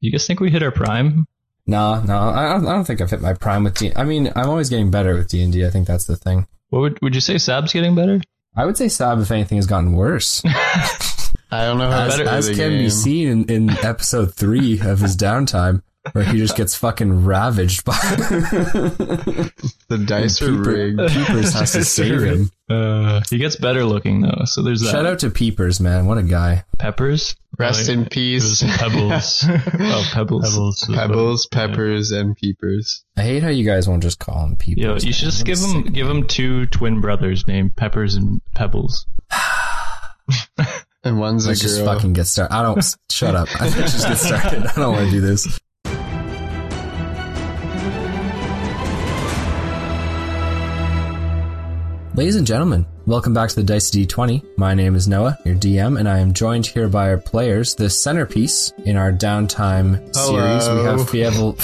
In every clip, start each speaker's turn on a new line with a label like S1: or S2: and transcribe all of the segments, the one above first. S1: You guys think we hit our prime?
S2: No, no, I don't, I don't think I've hit my prime with D. I mean, I'm always getting better with D and D. I think that's the thing.
S1: What would would you say? Sab's getting better.
S2: I would say Sab, if anything, has gotten worse,
S3: I don't know how
S2: as,
S3: better
S2: as
S3: the
S2: can be
S3: game.
S2: seen in, in episode three of his downtime, where he just gets fucking ravaged by.
S3: The dice are
S2: Peeper-
S3: rigged.
S2: Peepers has to save him.
S1: Uh, he gets better looking though, so there's that.
S2: Shout out to Peepers, man. What a guy.
S1: Peppers.
S3: Rest in
S4: It was
S3: peace.
S4: Pebbles.
S1: Oh, pebbles.
S4: Pebbles. was
S3: Pebbles, peppers, and peepers.
S2: I hate how you guys won't just call him Peepers.
S1: Yo, you should just give him give him two twin brothers named Peppers and Pebbles.
S3: And one's
S2: Let's
S3: a
S2: just
S3: girl.
S2: fucking get started. I don't. shut up. I Let's just get started. I don't want to do this. Ladies and gentlemen, welcome back to the Dice D20. My name is Noah, your DM, and I am joined here by our players. The centerpiece in our downtime series, we have Fievel,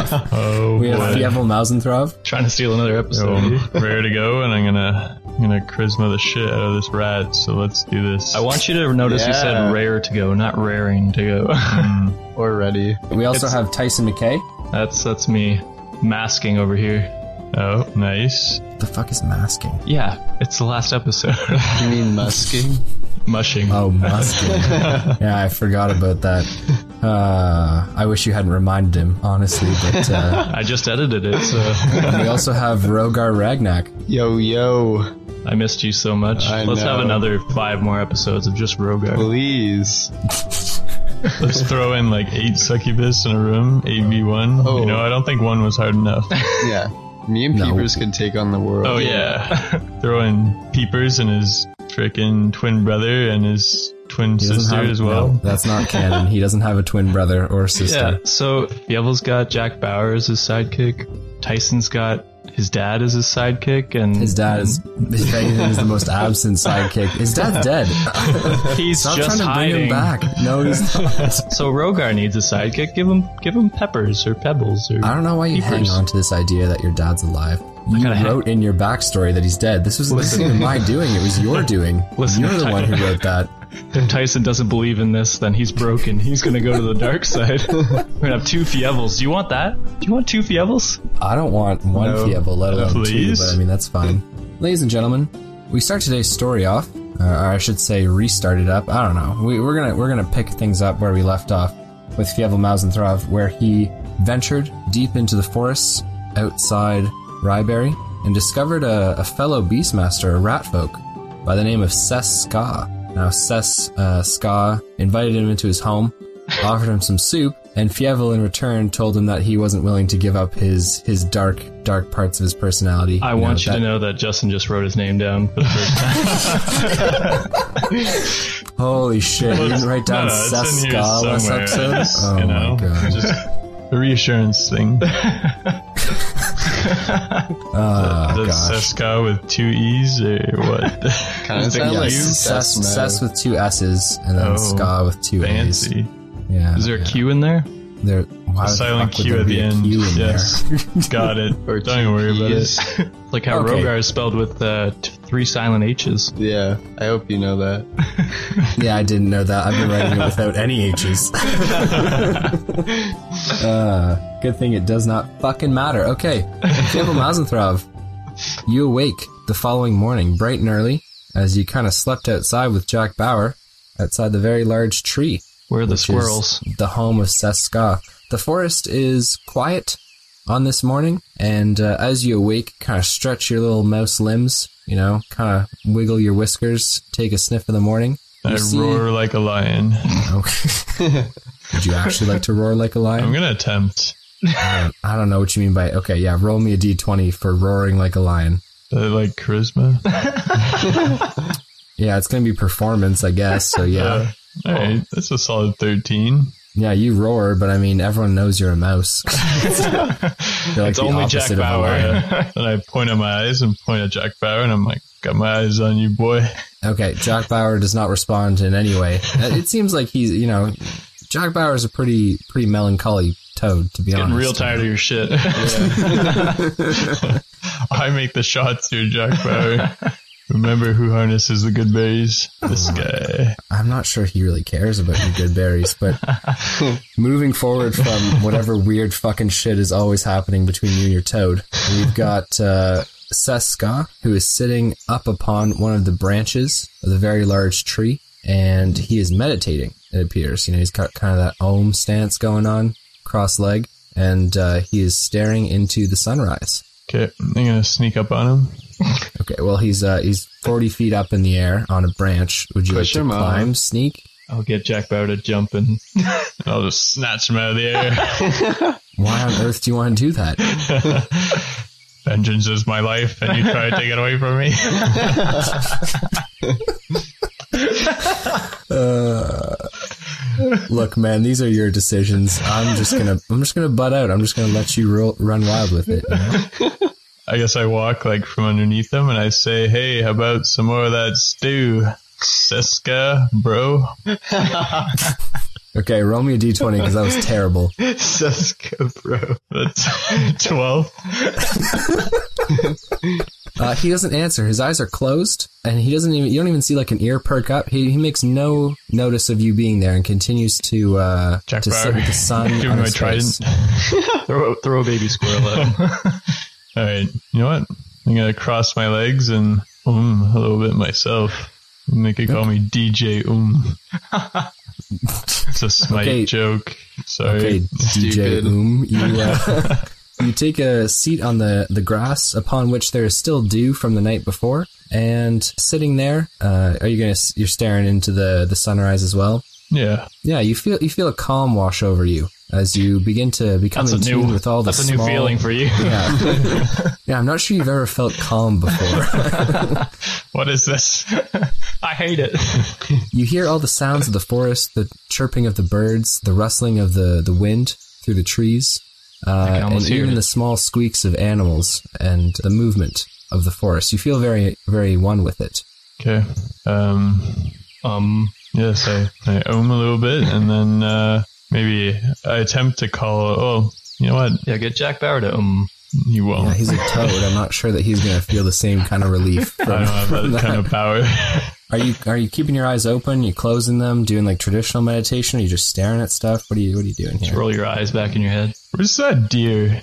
S4: the- Oh,
S2: we have
S4: boy.
S2: Fievel Mausenthrov.
S1: Trying to steal another episode.
S4: So,
S1: dude.
S4: ready to go, and I'm gonna I'm gonna charisma the shit out of this rat. So let's do this.
S1: I want you to notice you
S3: Yeah.
S1: said rare to go, not raring to go.
S3: Or ready.
S2: We also
S1: It's-
S2: have Tyson McKay.
S1: that's that's me masking over here.
S4: Oh, nice.
S2: The fuck is masking?
S1: Yeah, it's the last episode.
S3: You mean musking?
S1: Mushing.
S2: Oh, musky. yeah, I forgot about that. Uh, I wish you hadn't reminded him, honestly. But uh,
S1: I just edited it, so
S2: we also have Rogar Ragnak.
S3: Yo, yo.
S1: I missed you so much.
S3: I
S1: Let's have
S3: know.
S1: another five more episodes of just Rogar.
S3: Please.
S4: Let's throw in like eight succubus in a room, eight v one.
S3: Oh.
S4: You know, I don't think one was hard enough.
S3: Yeah. Me and
S2: No.
S3: peepers could take on the world.
S4: Oh yeah, throw in peepers and his frickin' twin brother and his twin
S2: He doesn't
S4: sister
S2: have-
S4: as well.
S2: No, that's not canon. He doesn't have a twin brother or
S1: Yeah,
S2: sister.
S1: so Yevel's got Jack Bauer as his sidekick. Tyson's got his dad as his sidekick, and
S2: His dad is, if anything, is the most absent sidekick. His dad's dead.
S1: he's
S2: Stop
S1: just
S2: trying to
S1: hiding.
S2: bring him back. No, he's not.
S1: So Rogar needs a sidekick. Give him, give him peppers or pebbles or.
S2: I don't know why you hang
S1: Keepers.
S2: on to this idea that your dad's alive. You
S1: gotta hang-
S2: wrote in your backstory that he's dead. This was this isn't my doing. It was your doing.
S1: Listen,
S2: You're the
S1: I-
S2: one who wrote that.
S1: If Tyson doesn't believe in this, then he's broken. He's gonna go to the dark side. We're gonna have two Fievels. Do you want that? Do you want two Fievels?
S2: I don't want one
S4: No.
S2: Fievel, let alone
S4: Please?
S2: two, but I mean, that's fine. Ladies and gentlemen, we start today's story off, or I should say restart it up. I don't know. We, we're gonna we're gonna pick things up where we left off with Fievel Mausenthrov, where he ventured deep into the forests outside Ryberry and discovered a, a fellow beastmaster, a ratfolk, by the name of Ses Ska. Now, Ses uh, Ska invited him into his home offered him some soup, and Fievel in return told him that he wasn't willing to give up his his dark dark parts of his personality.
S1: I want you to know that Justin just wrote his name down for the first time.
S2: know. Holy shit! You didn't write down
S4: No, no, it's in here
S2: Saskala last
S4: somewhere.
S2: episode.
S4: It's,
S2: oh
S4: you know,
S2: my god!
S4: Just a reassurance thing.
S2: Oh
S4: the
S2: Ah, gosh!
S4: Seska with two E's or what?
S3: Kind of sounds
S2: Yeah,
S3: like
S2: Sess,
S3: Sess
S2: Sess
S3: Mode.
S2: with two S's and then
S4: Oh,
S2: Ska with two A's.
S4: Fancy.
S2: Yeah.
S1: Is there a
S2: yeah.
S1: Q in there?
S2: There, why the
S4: Silent
S2: fuck would
S4: Q
S2: there
S4: at
S2: be
S4: the
S2: a
S4: end.
S2: Q in there?
S4: yes. Got it.
S3: Or
S4: Don't even worry about
S3: TPs.
S4: it.
S1: Like how
S2: Okay.
S1: Rogar is spelled with uh, t- three silent H's.
S3: Yeah. I hope you know that.
S2: Yeah, I didn't know that. I've been writing it without any H's. uh, good thing it does not fucking matter. Okay, Campbell Mazenthrov, you awake the following morning, bright and early, as you kind of slept outside with Jack Bauer outside the very large tree.
S1: Where are the
S2: which is
S1: squirrels?
S2: the home of Seska. The forest is quiet on this morning, and uh, as you awake, kind of stretch your little mouse limbs, you know, kind of wiggle your whiskers, take a sniff of the morning.
S4: I
S2: You see-
S4: roar like a lion.
S2: Okay. Would you actually like to roar like a
S4: I'm
S2: lion?
S4: gonna attempt.
S2: I don't know what you mean by okay. Yeah, roll me a d20 for roaring like a lion.
S4: Do I uh, like charisma.
S2: Yeah, it's gonna be performance, I guess. So yeah,
S4: Uh, All right, that's a solid thirteen.
S2: yeah, you roar, but I mean, everyone knows you're a mouse. You're like
S1: It's
S2: the
S1: only
S2: opposite
S1: Jack
S2: of a
S1: Bauer.
S2: lion.
S4: and I point at my eyes and point at Jack Bauer, and I'm like, "Got my eyes on you, boy."
S2: Okay, Jack Bauer does not respond in any way. Uh, It seems like he's, you know, Jack Bauer is a pretty, pretty melancholy toad, to be
S1: Getting
S2: honest.
S1: real tired of your shit.
S4: I make the shots here, Jack Bauer. Remember who harnesses the good berries? This
S1: Oh
S4: guy.
S2: I'm not sure he really cares about you good berries, but moving forward from whatever weird fucking shit is always happening between you and your toad, we've got uh, Seska, who is sitting up upon one of the branches of the very large tree, and he is meditating, it appears. You know, he's got kind of that ohm stance going on, cross leg, and uh, he is staring into the sunrise.
S4: Okay, I'm gonna sneak up on him.
S2: Okay, well, he's uh, he's 40 feet up in the air on a branch. Would you
S3: Push
S2: like to
S3: him up.
S2: climb, sneak?
S1: I'll get Jack Bauer to jump and
S4: I'll just snatch him out of the air.
S2: Why on earth do you want to do that?
S4: Vengeance is my life, and you try to take it away from me.
S2: Look, man, these are your decisions. I'm just gonna, I'm just gonna butt out. I'm just gonna let you roll, run wild with it. you know?
S4: I guess I walk like from underneath them, and I say, "Hey, how about some more of that stew, Seska, bro?"
S2: Okay, roll me a d20 because that was terrible.
S4: Seska, bro. That's twelve.
S2: Uh, he doesn't answer. His eyes are closed, and he doesn't even. You don't even see like an ear perk up. He, he makes no notice of you being there and continues to uh,
S4: Jack
S2: to sit
S4: Bauer.
S2: with the sun
S4: Give me
S2: on
S4: my
S2: his face.
S4: trident.
S1: throw throw a baby squirrel at him.
S4: All right, you know what? I'm gonna cross my legs and um a little bit myself. And they could call me DJ Um. it's a smite
S2: Okay.
S4: joke. Sorry.
S2: Okay, DJ
S3: Stupid.
S2: Oom, you, uh, you take a seat on the, the grass upon which there is still dew from the night before, and sitting there, uh, are you gonna? s- You're staring into the the sunrise as well.
S4: Yeah.
S2: Yeah, you feel you feel a calm wash over you as you begin to become
S1: That's
S2: in
S1: a
S2: tune
S1: new
S2: with all the
S1: that's a new
S2: small-
S1: feeling for you.
S2: Yeah. yeah, I'm not sure you've ever felt calm before.
S4: What is this?
S1: I hate it.
S2: you hear all the sounds of the forest, the chirping of the birds, the rustling of the, the wind through the trees, uh,
S1: can almost
S2: and
S1: hear
S2: even
S1: it.
S2: the small squeaks of animals and the movement of the forest. You feel very very one with it.
S4: Okay. Um.
S1: Um
S4: Yes, I I own a little bit, and then uh, maybe I attempt to call. Oh, you know what?
S1: yeah, get Jack Bauer to um
S4: You won't.
S2: Yeah, Uh, he's a toad. I'm not sure that he's going to feel the same kind of relief.
S4: I
S2: From,
S4: don't have that kind of power.
S2: are you are you keeping your eyes open? You closing them? Doing like traditional meditation? Are you just staring at stuff? What are you What are you doing here?
S1: roll your eyes back in your head.
S4: Where's that deer?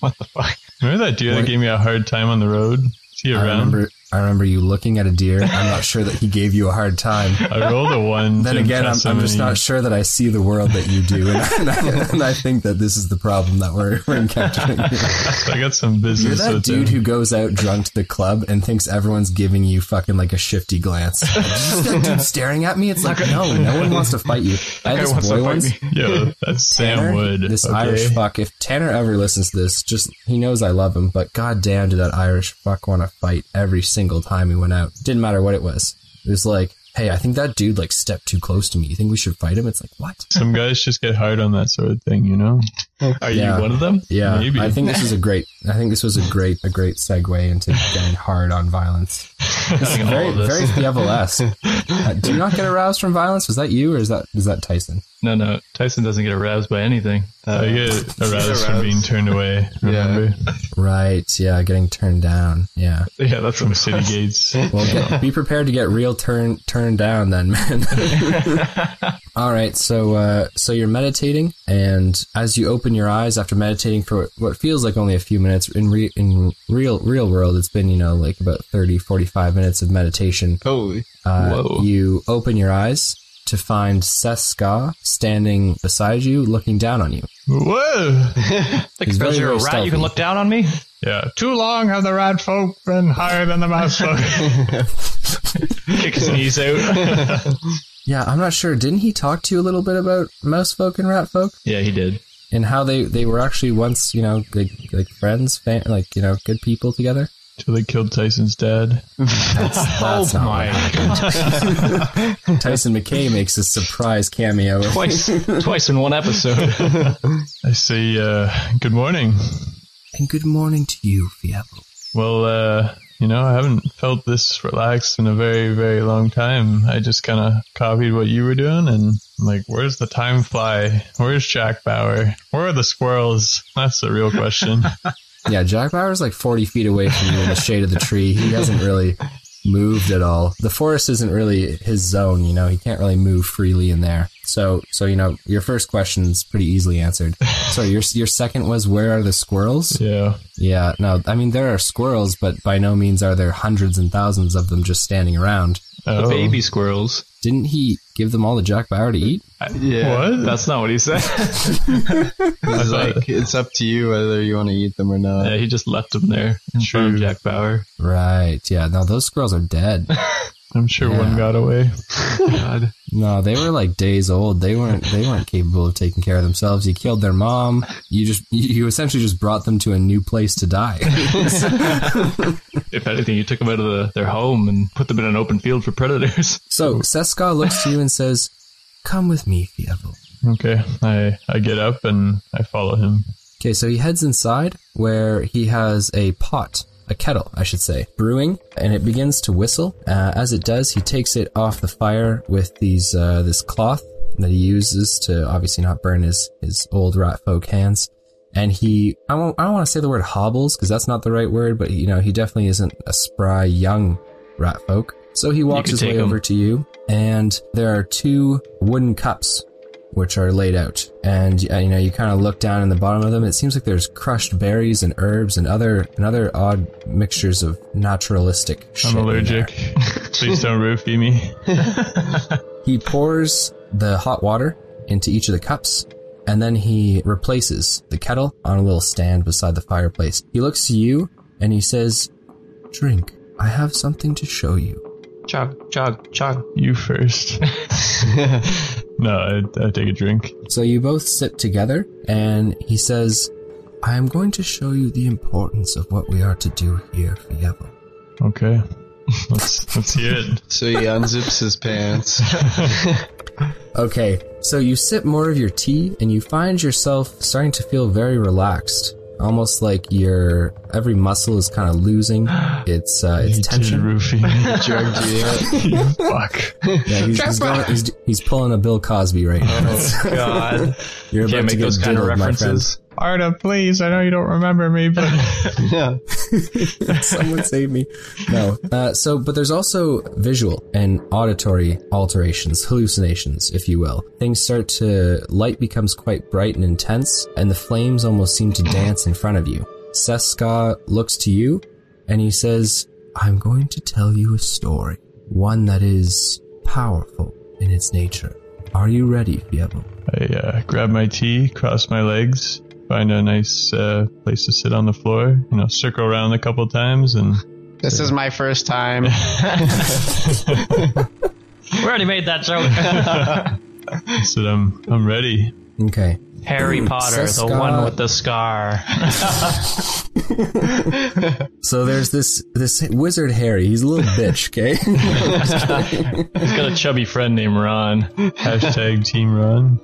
S4: What the fuck? Remember that deer
S2: What?
S4: that gave me a hard time on the road? Is he
S2: I
S4: around?
S2: remember I remember you looking at a deer. I'm not sure that he gave you a hard time.
S4: I rolled a one.
S2: Then
S4: to
S2: again, I'm,
S4: impress
S2: I'm
S4: him,
S2: just
S4: and
S2: not sure that I see the world that you do, and, and, I, and I think that this is the problem that we're, we're encountering. here.
S4: he- so I got some
S2: You're
S4: business
S2: that
S4: with
S2: dude
S4: him.
S2: who goes out drunk to the club and thinks everyone's giving you fucking like a shifty glance. Like, "Is that dude staring at me. It's like no, no one wants to fight you. I had
S1: Guy
S2: this
S1: wants to
S2: boy
S1: fight
S2: once.
S1: me.
S4: Yo, that's Sam
S2: Tanner,
S4: Wood.
S2: This
S4: okay?
S2: Irish fuck. If Tanner ever listens to this, just he knows I love him, but goddamn, did that Irish fuck want to fight every single time we went out? Didn't matter what it was. It was like, hey, I think that dude like stepped too close to me. You think we should fight him? It's like what?
S4: Some guys just get hard on that sort of thing, you know?
S1: Are
S2: Oh, Yeah.
S1: you one of them?
S2: Yeah,
S4: Maybe.
S2: I think this is a great. I think this was a great, a great segue into getting hard on violence.
S1: I think all
S2: Very,
S1: of this.
S2: very Fievel-esque. Uh, do you not get aroused from violence? Was that you, or is that is that Tyson?
S1: No, no. Tyson doesn't get aroused by anything.
S4: I
S1: Uh,
S4: get aroused from being turned away,
S3: Yeah.
S4: remember?
S2: Right. Yeah, getting turned down. Yeah.
S1: yeah, that's
S4: From city gates.
S2: Well, get, be prepared to get real turn turned down, then, man. All right, so uh, so you're meditating, and as you open your eyes after meditating for what feels like only a few minutes, in re- in real real world, it's been you know like about 30, 45 minutes of meditation.
S3: Holy.
S2: Uh,
S1: Whoa.
S2: you open your eyes to find Seska standing beside you, looking down on you.
S4: Whoa!
S1: Like,
S2: He's
S1: because
S2: very, very
S1: you're a rat, you
S2: stealthy.
S1: can look down on me?
S4: Yeah. Too long have the rat folk been higher than the mouse folk.
S1: Kick his knees out.
S2: Yeah, I'm not sure. Didn't he talk to you a little bit about mouse folk and rat folk?
S1: yeah, he did.
S2: and how they they were actually once you know like like friends fam- like you know good people together
S4: Till they killed Tyson's dad.
S2: that's not what happened. tyson mckay makes a surprise cameo
S1: Twice. twice in one episode.
S4: I say, uh, good morning.
S2: and good morning to you fiabo
S4: Well, uh, you know, I haven't felt this relaxed in a very, very long time. I just kind of copied what you were doing and I'm like, where's the time fly? Where's Jack Bauer? Where are the squirrels? That's the real question.
S2: yeah jack bauer's like 40 feet away from you in the shade of the tree he hasn't really moved at all. The forest isn't really his zone, you know. He can't really move freely in there. So, so you know, your first question's pretty easily answered. So your your second was where are the squirrels?
S4: Yeah.
S2: Yeah, no, I mean there are squirrels, but by no means are there hundreds and thousands of them just standing around.
S1: The
S4: Oh.
S1: baby squirrels.
S2: Didn't he give them all to Jack Bauer to eat?
S3: Yeah.
S4: What?
S1: That's not what he said.
S3: It's
S4: thought-
S3: like it's up to you whether you want to eat them or not.
S1: yeah, he just left him there in front
S4: True.
S1: of Jack Bauer.
S2: Right. Yeah. No, those squirrels are dead.
S4: I'm sure
S2: Yeah.
S4: one got away.
S1: God.
S2: No, they were like days old. They weren't. They weren't capable of taking care of themselves. You killed their mom. You just. You you essentially just brought them to a new place to die.
S1: If anything, you took them out of the, their home and put them in an open field for predators.
S2: So Seska looks to you and says, "Come with me, Fievel."
S4: Okay. I, I get up and I follow him.
S2: Okay, so he heads inside where he has a pot, a kettle, I should say, brewing, and it begins to whistle. Uh, as it does, he takes it off the fire with these uh, this cloth that he uses to obviously not burn his his old rat folk hands. And he, I won't, I don't want to say the word hobbles because that's not the right word, but you know, he definitely isn't a spry young rat folk. So he walks
S1: could
S2: his
S1: take
S2: way
S1: him.
S2: over to you, and there are two wooden cups which are laid out. And uh, you know, you kind of look down in the bottom of them. It seems like there's crushed berries and herbs and other and other odd mixtures of naturalistic. shit
S4: I'm
S2: in
S4: allergic.
S2: there.
S4: Please don't roofie me.
S2: He pours the hot water into each of the cups, and then he replaces the kettle on a little stand beside the fireplace. He looks to you and he says, "Drink. I have something to show you."
S1: Chug, chug, chug.
S4: You first. no, I, I take a drink.
S2: So you both sit together, and he says, I am going to show you the importance of what we are to do here for Yevel.
S4: Okay. Let's, let's hear it.
S3: So he unzips his pants.
S2: Okay, so you sip more of your tea, and you find yourself starting to feel very relaxed. Almost like your every muscle is kind of losing its uh, its
S4: You did
S2: tension.
S4: roofie me.
S3: Drugged you out.
S4: You fuck.
S2: Yeah, he's, he's, going, he's, he's pulling a Bill Cosby right now.
S1: Oh, God.
S2: You're about
S1: Can't
S2: to
S1: make
S2: get
S1: those kind of
S2: diddled, my friend.
S1: references.
S4: Arda, please. I know you don't remember me, but
S3: Yeah.
S2: Someone save me. No. Uh, so, but there's also visual and auditory alterations, hallucinations, if you will. Things start to, light becomes quite bright and intense, and the flames almost seem to dance in front of you. Seska looks to you, and he says, I'm going to tell you a story. One that is powerful in its nature. Are you ready, Fievel?
S4: I uh, grab my tea, cross my legs, find a nice uh, place to sit on the floor, you know, circle around a couple times, and
S3: This is my first time.
S1: We already made that joke.
S4: I said, I'm, I'm ready.
S2: Okay.
S1: Harry Potter, the
S2: Seska.
S1: one with the scar.
S2: So there's this, this wizard Harry. He's a little bitch, okay?
S1: He's got a chubby friend named Ron.
S4: Hashtag Team Run.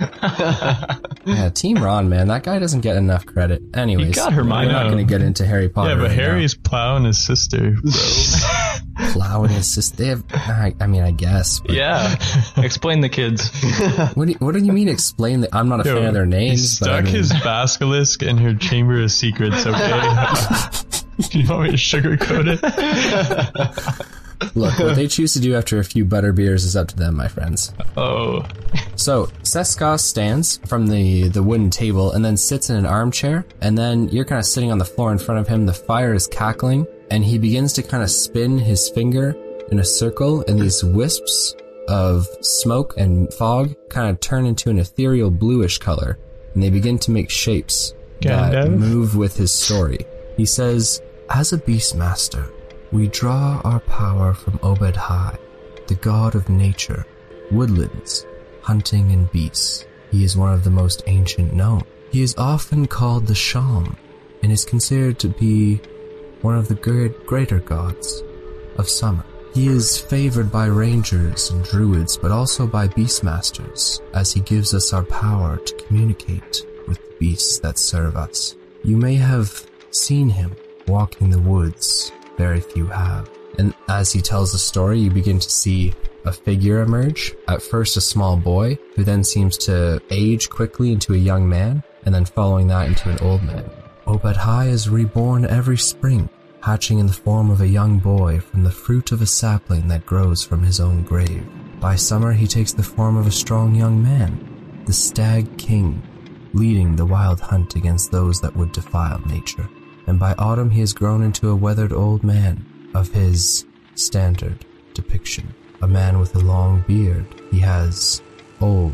S2: Yeah, Team Ron, man, that guy doesn't get enough credit. Anyways,
S1: He got Hermione.
S2: We're not going to get into Harry Potter.
S4: Yeah, but
S2: right
S4: Harry's plowing his sister.
S2: now. Plow and his sister. They have. I, I mean, I guess. But
S1: Yeah. Explain the kids.
S2: What, do you, what do you mean? Explain that? I'm not a fan of their
S4: He
S2: names. but I
S4: stuck
S2: mean-
S4: his basilisk in her chamber of secrets, okay? Do you want me to sugarcoat it?
S2: Look, what they choose to do after a few butter beers is up to them, my friends.
S4: Oh,
S2: So Seska stands from the the wooden table and then sits in an armchair, and then you're kind of sitting on the floor in front of him. The fire is cackling, and he begins to kind of spin his finger in a circle, and these wisps of smoke and fog kind of turn into an ethereal bluish color, and they begin to make shapes that
S4: Gandalf?
S2: move with his story. He says, "As a beastmaster, we draw our power from Obed High." the god of nature, woodlands, hunting, and beasts. He is one of the most ancient known. He is often called the Sham and is considered to be one of the gre- greater gods of summer. He is favored by rangers and druids, but also by beastmasters, as he gives us our power to communicate with the beasts that serve us. You may have seen him walking the woods, very few have. And as he tells the story, you begin to see a figure emerge. At first, a small boy, who then seems to age quickly into a young Oh, man, and then following that into an old man. Obadhai is reborn every spring, hatching in the form of a young boy from the fruit of a sapling that grows from his own grave. By summer, he takes the form of a strong young man, the Stag King, leading the wild hunt against those that would defile nature. And by autumn, he has grown into a weathered old man of his standard depiction. A man with a long beard, he has old,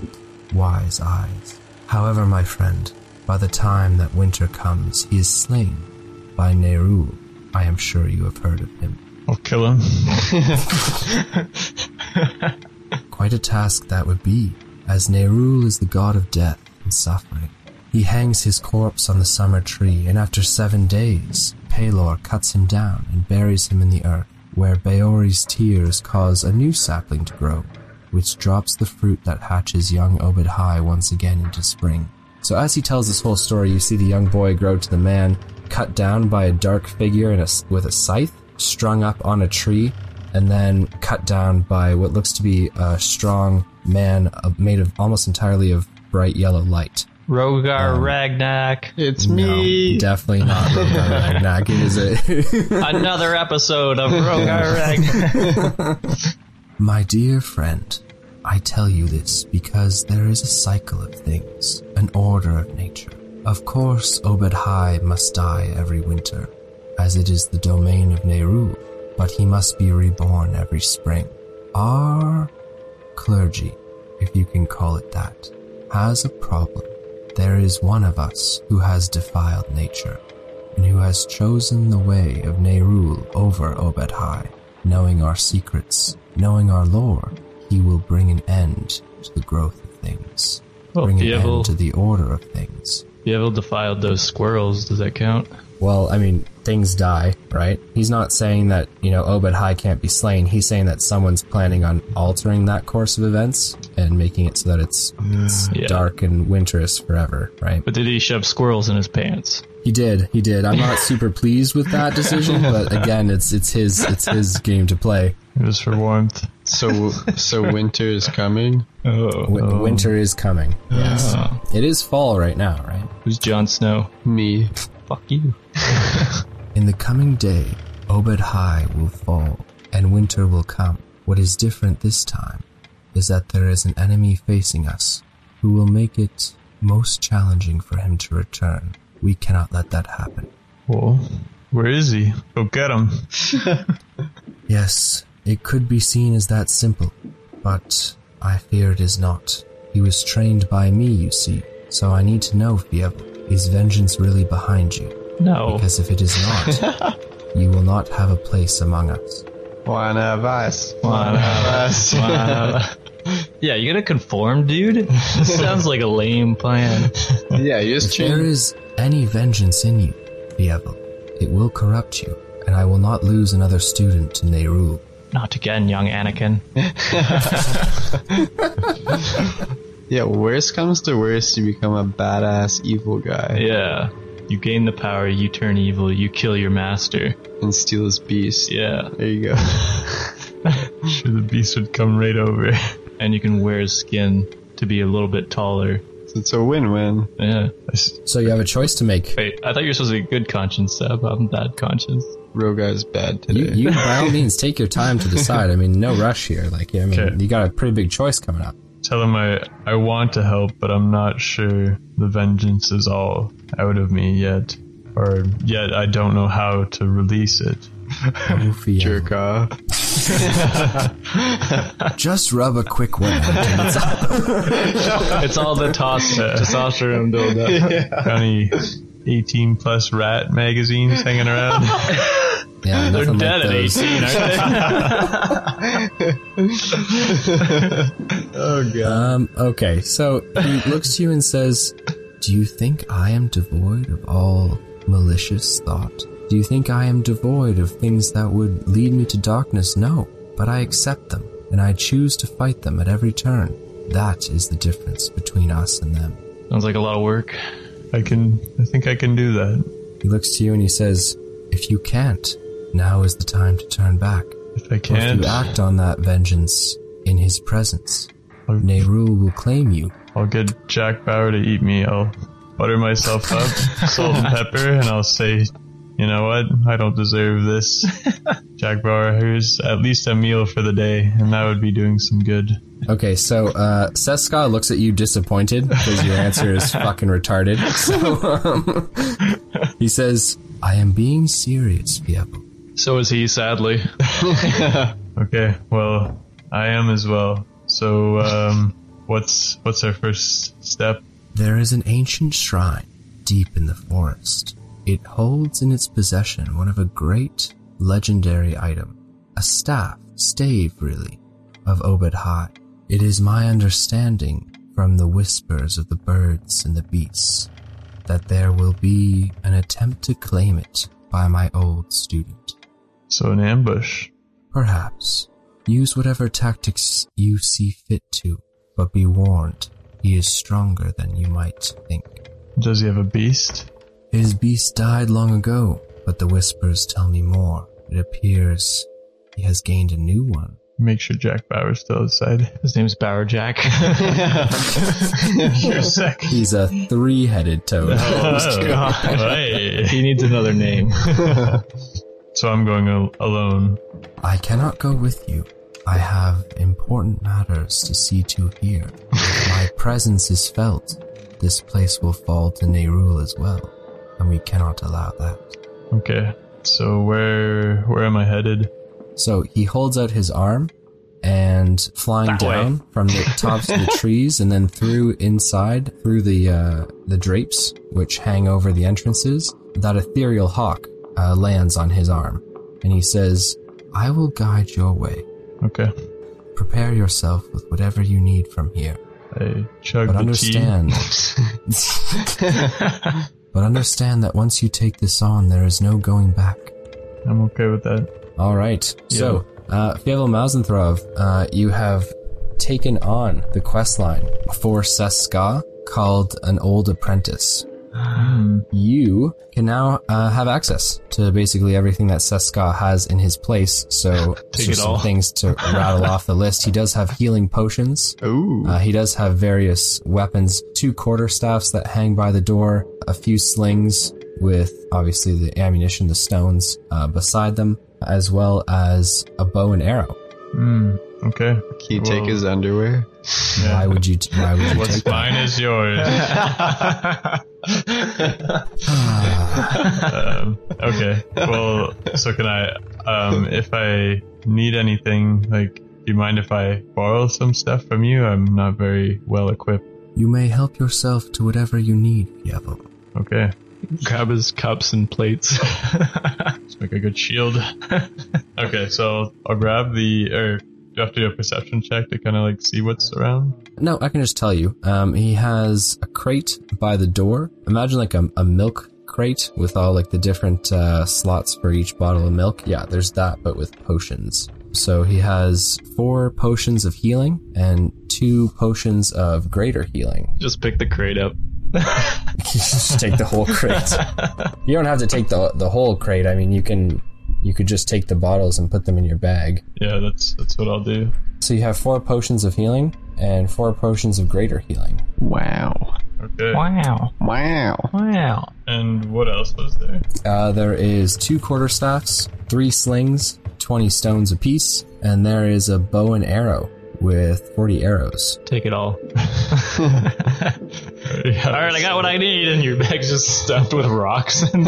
S2: wise eyes. However, my friend, by the time that winter comes, he is slain by Nerul. I am sure you have heard of him.
S4: I'll kill him.
S2: Quite a task that would be, as Nerul is the god of death and suffering. He hangs his corpse on the summer tree, and after seven days, Pelor cuts him down and buries him in the earth, where Beori's tears cause a new sapling to grow, which drops the fruit that hatches young Obed High once again into spring. So as he tells this whole story, you see the young boy grow to the man, cut down by a dark figure in a s with a scythe, strung up on a tree, and then cut down by what looks to be a strong man of, made of almost entirely of bright yellow light.
S5: Rogar
S1: Um,
S5: Ragnak.
S3: It's
S2: No,
S3: me.
S2: definitely not. Ragnar. It is a
S5: Another episode of Rogar Ragnak.
S2: My dear friend, I tell you this because there is a cycle of things, an order of nature. Of course, Obed High must die every winter, as it is the domain of Nehru, but he must be reborn every spring. Our clergy, if you can call it that, has a problem. There is one of us who has defiled nature, and who has chosen the way of Nerul over Obed High. Knowing our secrets, knowing our lore, he will bring an end to the growth of things,
S1: Well,
S2: bring an
S1: Fievel,
S2: end to the order of things.
S1: Fievel defiled those squirrels. Does that count?
S2: Well, I mean, things die, right? He's not saying that, you know, Obed High can't be slain. He's saying that someone's planning on altering that course of events and making it so that it's, it's
S1: Mm. Yeah.
S2: dark and winterous forever, right?
S1: But did he shove squirrels in his pants?
S2: He did. He did. I'm not super pleased with that decision, but again, it's it's his it's his game to play.
S4: It was for warmth.
S3: So so winter is coming.
S1: Oh, Ah.
S2: W- Winter is coming. Yes, it is fall right now, right?
S1: who's Jon Snow?
S3: Me.
S1: Fuck you.
S2: In the coming day, Obed High will fall, and winter will come. What is different this time is that there is an enemy facing us who will make it most challenging for him to return. We cannot let that happen.
S4: Well, where is he? Go get him.
S2: Yes, it could be seen as that simple, but I fear it is not. He was trained by me, you see, so I need to know, Fievel, is vengeance really behind you?
S1: No.
S2: Because if it is not, you will not have a place among us.
S3: One of us.
S1: One of
S3: us.
S1: Uh, yeah, you gonna conform, dude? This sounds like a lame plan.
S3: yeah, you just
S2: If there
S3: change.
S2: is any vengeance in you, Fievel, it will corrupt you, and I will not lose another student to Nerul.
S1: Not again, young Anakin.
S3: Yeah, worst comes to worst, you become a badass evil guy
S1: Yeah. You gain the power, you turn evil, you kill your master.
S3: and steal his beast.
S1: Yeah.
S3: There you go.
S4: Sure, the beast would come right over.
S1: And you can wear his skin to be a little bit taller.
S3: So it's a win-win.
S1: Yeah.
S2: So you have a choice to make.
S1: Wait, I thought you were supposed to be good conscience, Seb. I'm bad conscience.
S3: Rogar's bad
S2: You,
S3: today.
S2: you by all means take your time to decide. I mean, no rush here. Like, I mean,
S4: Okay.
S2: you got a pretty big choice coming up.
S4: Tell him I, I want to help, but I'm not sure the vengeance is all out of me yet. Or yet I don't know how to release it.
S2: Fievel.
S3: Jerk off.
S2: Just rub a quick one. out.
S1: It's all the toss- testosterone buildup.
S4: Got any 18 plus rat magazines hanging around?
S2: Yeah,
S1: They're
S2: nothing
S1: dead
S2: like
S1: at
S2: those.
S1: 18, aren't they?
S3: Oh god.
S2: Um, okay, so he looks to you and says, Do you think I am devoid of all malicious thought? Do you think I am devoid of things that would lead me to darkness? No, but I accept them, and I choose to fight them at every turn. That is the difference between us and them.
S1: Sounds like a lot of work.
S4: I can, I think I can do that.
S2: He looks to you and he says, If you can't, now is the time to turn back.
S4: If I
S2: Or if
S4: can't,
S2: you act on that vengeance in his presence, Nerul will claim you
S4: I'll get Jack Bauer to eat me. I'll butter myself up, salt and pepper, and I'll say, you know what? I don't deserve this. Jack Bauer, here's at least a meal for the day, and that would be doing some good.
S2: Okay, so uh, Seska looks at you disappointed because your answer is fucking retarded. So um, he says, "I am being serious, people."
S1: So is he, sadly.
S4: Okay, well, I am as well. So, um, what's what's our first step?
S2: There is an ancient shrine deep in the forest. It holds in its possession one of a great legendary item, a staff, stave really, of Obed High. It is my understanding from the whispers of the birds and the beasts that there will be an attempt to claim it by my old student.
S4: So an ambush.
S2: Perhaps. Use whatever tactics you see fit to, but be warned, he is stronger than you might think.
S4: Does he have a beast?
S2: His beast died long ago, but the whispers tell me more. It appears he has gained a new one.
S4: Make sure Jack Bauer's still outside.
S1: His name's Bower Jack.
S4: You're sick.
S2: He's a three headed toad.
S4: Oh, right.
S1: he needs another name.
S4: So I'm going al- alone.
S2: I cannot go with you. I have important matters to see to here. If my presence is felt, this place will fall to Nerul as well, and we cannot allow that.
S4: Okay. So where where am I headed?
S2: So he holds out his arm and flying down from the tops of the trees and then through inside through the uh, the drapes which hang over the entrances that ethereal hawk uh, lands on his arm and he says I will guide your way
S4: Okay.
S2: prepare yourself with whatever you need from here
S4: I chug
S2: but
S4: the
S2: understand but understand that once you take this on there is no going back
S4: tea. I'm okay with that.
S2: All right. So, uh, Fievel Mausenthrov, uh, you have taken on the quest line for Seska called An Old Apprentice.
S4: Mm.
S2: You can now uh, have access to basically everything that Seska has in his place. So,
S4: Take
S2: just
S4: it
S2: some
S4: all.
S2: things to rattle off the list. He does have healing potions.
S3: Ooh.
S2: Uh, he does have various weapons, two quarter staffs that hang by the door, a few slings with obviously the ammunition, the stones uh, beside them, as well as a bow and arrow.
S4: Mm, okay.
S3: Can you
S1: oh.
S3: take
S4: Well,
S3: his underwear?
S4: yeah.
S2: Why would you? T- why would you
S4: What's
S2: take that?
S4: mine is yours.
S2: Ah,
S4: um, okay. Well, so can I? Um, if I need anything, like, do you mind if I borrow some stuff from you? I'm not very well equipped.
S2: You may help yourself to whatever you need, Fievel.
S4: Okay,
S1: Grab his cups and plates.
S4: let's make a good shield. okay, so I'll grab the. Or do you have to do a perception check to kind of like see what's around?
S2: No, I can just tell you. Um, he has a crate by the door. Imagine like a, a milk crate with all like the different uh, slots for each bottle of milk. Yeah, there's that, but with potions. So he has four potions of healing and two potions of greater healing.
S1: Just pick the crate up.
S2: just take the whole crate. You don't have to take the the whole crate. I mean, you can you could just take the bottles and put them in your bag.
S4: Yeah, that's that's what I'll do.
S2: So you have four potions of healing and four potions of greater healing.
S3: Wow.
S4: Okay.
S5: Wow.
S3: Wow.
S5: Wow.
S4: And what else was there?
S2: Uh, there is two quarter staffs, three slings, 20 stones apiece, and there is a bow and arrow with 40 arrows.
S5: Take it all.
S4: Yeah,
S5: All right, I got what I need, and your bag's just stuffed with rocks and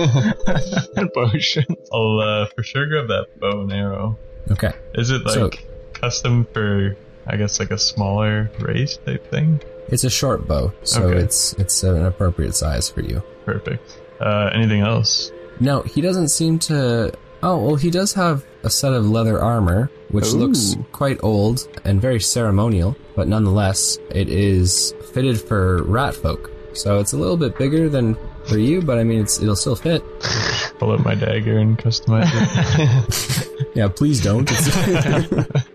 S5: potions.
S4: I'll uh, for sure grab that bow and arrow.
S2: Okay.
S4: Is it like
S2: So-
S4: custom for, I guess, like a smaller race type thing?
S2: It's a short bow, so
S4: Okay.
S2: it's it's an appropriate size for you.
S4: Perfect. Uh, anything else?
S2: No, he doesn't seem to. Oh, well, he does have a set of leather armor, which looks quite old and very ceremonial, but nonetheless, it is fitted for rat folk. So it's a little bit bigger than for you, but I mean, it's, it'll still fit.
S4: Pull out my dagger and customize it.
S2: Yeah, please don't. It's-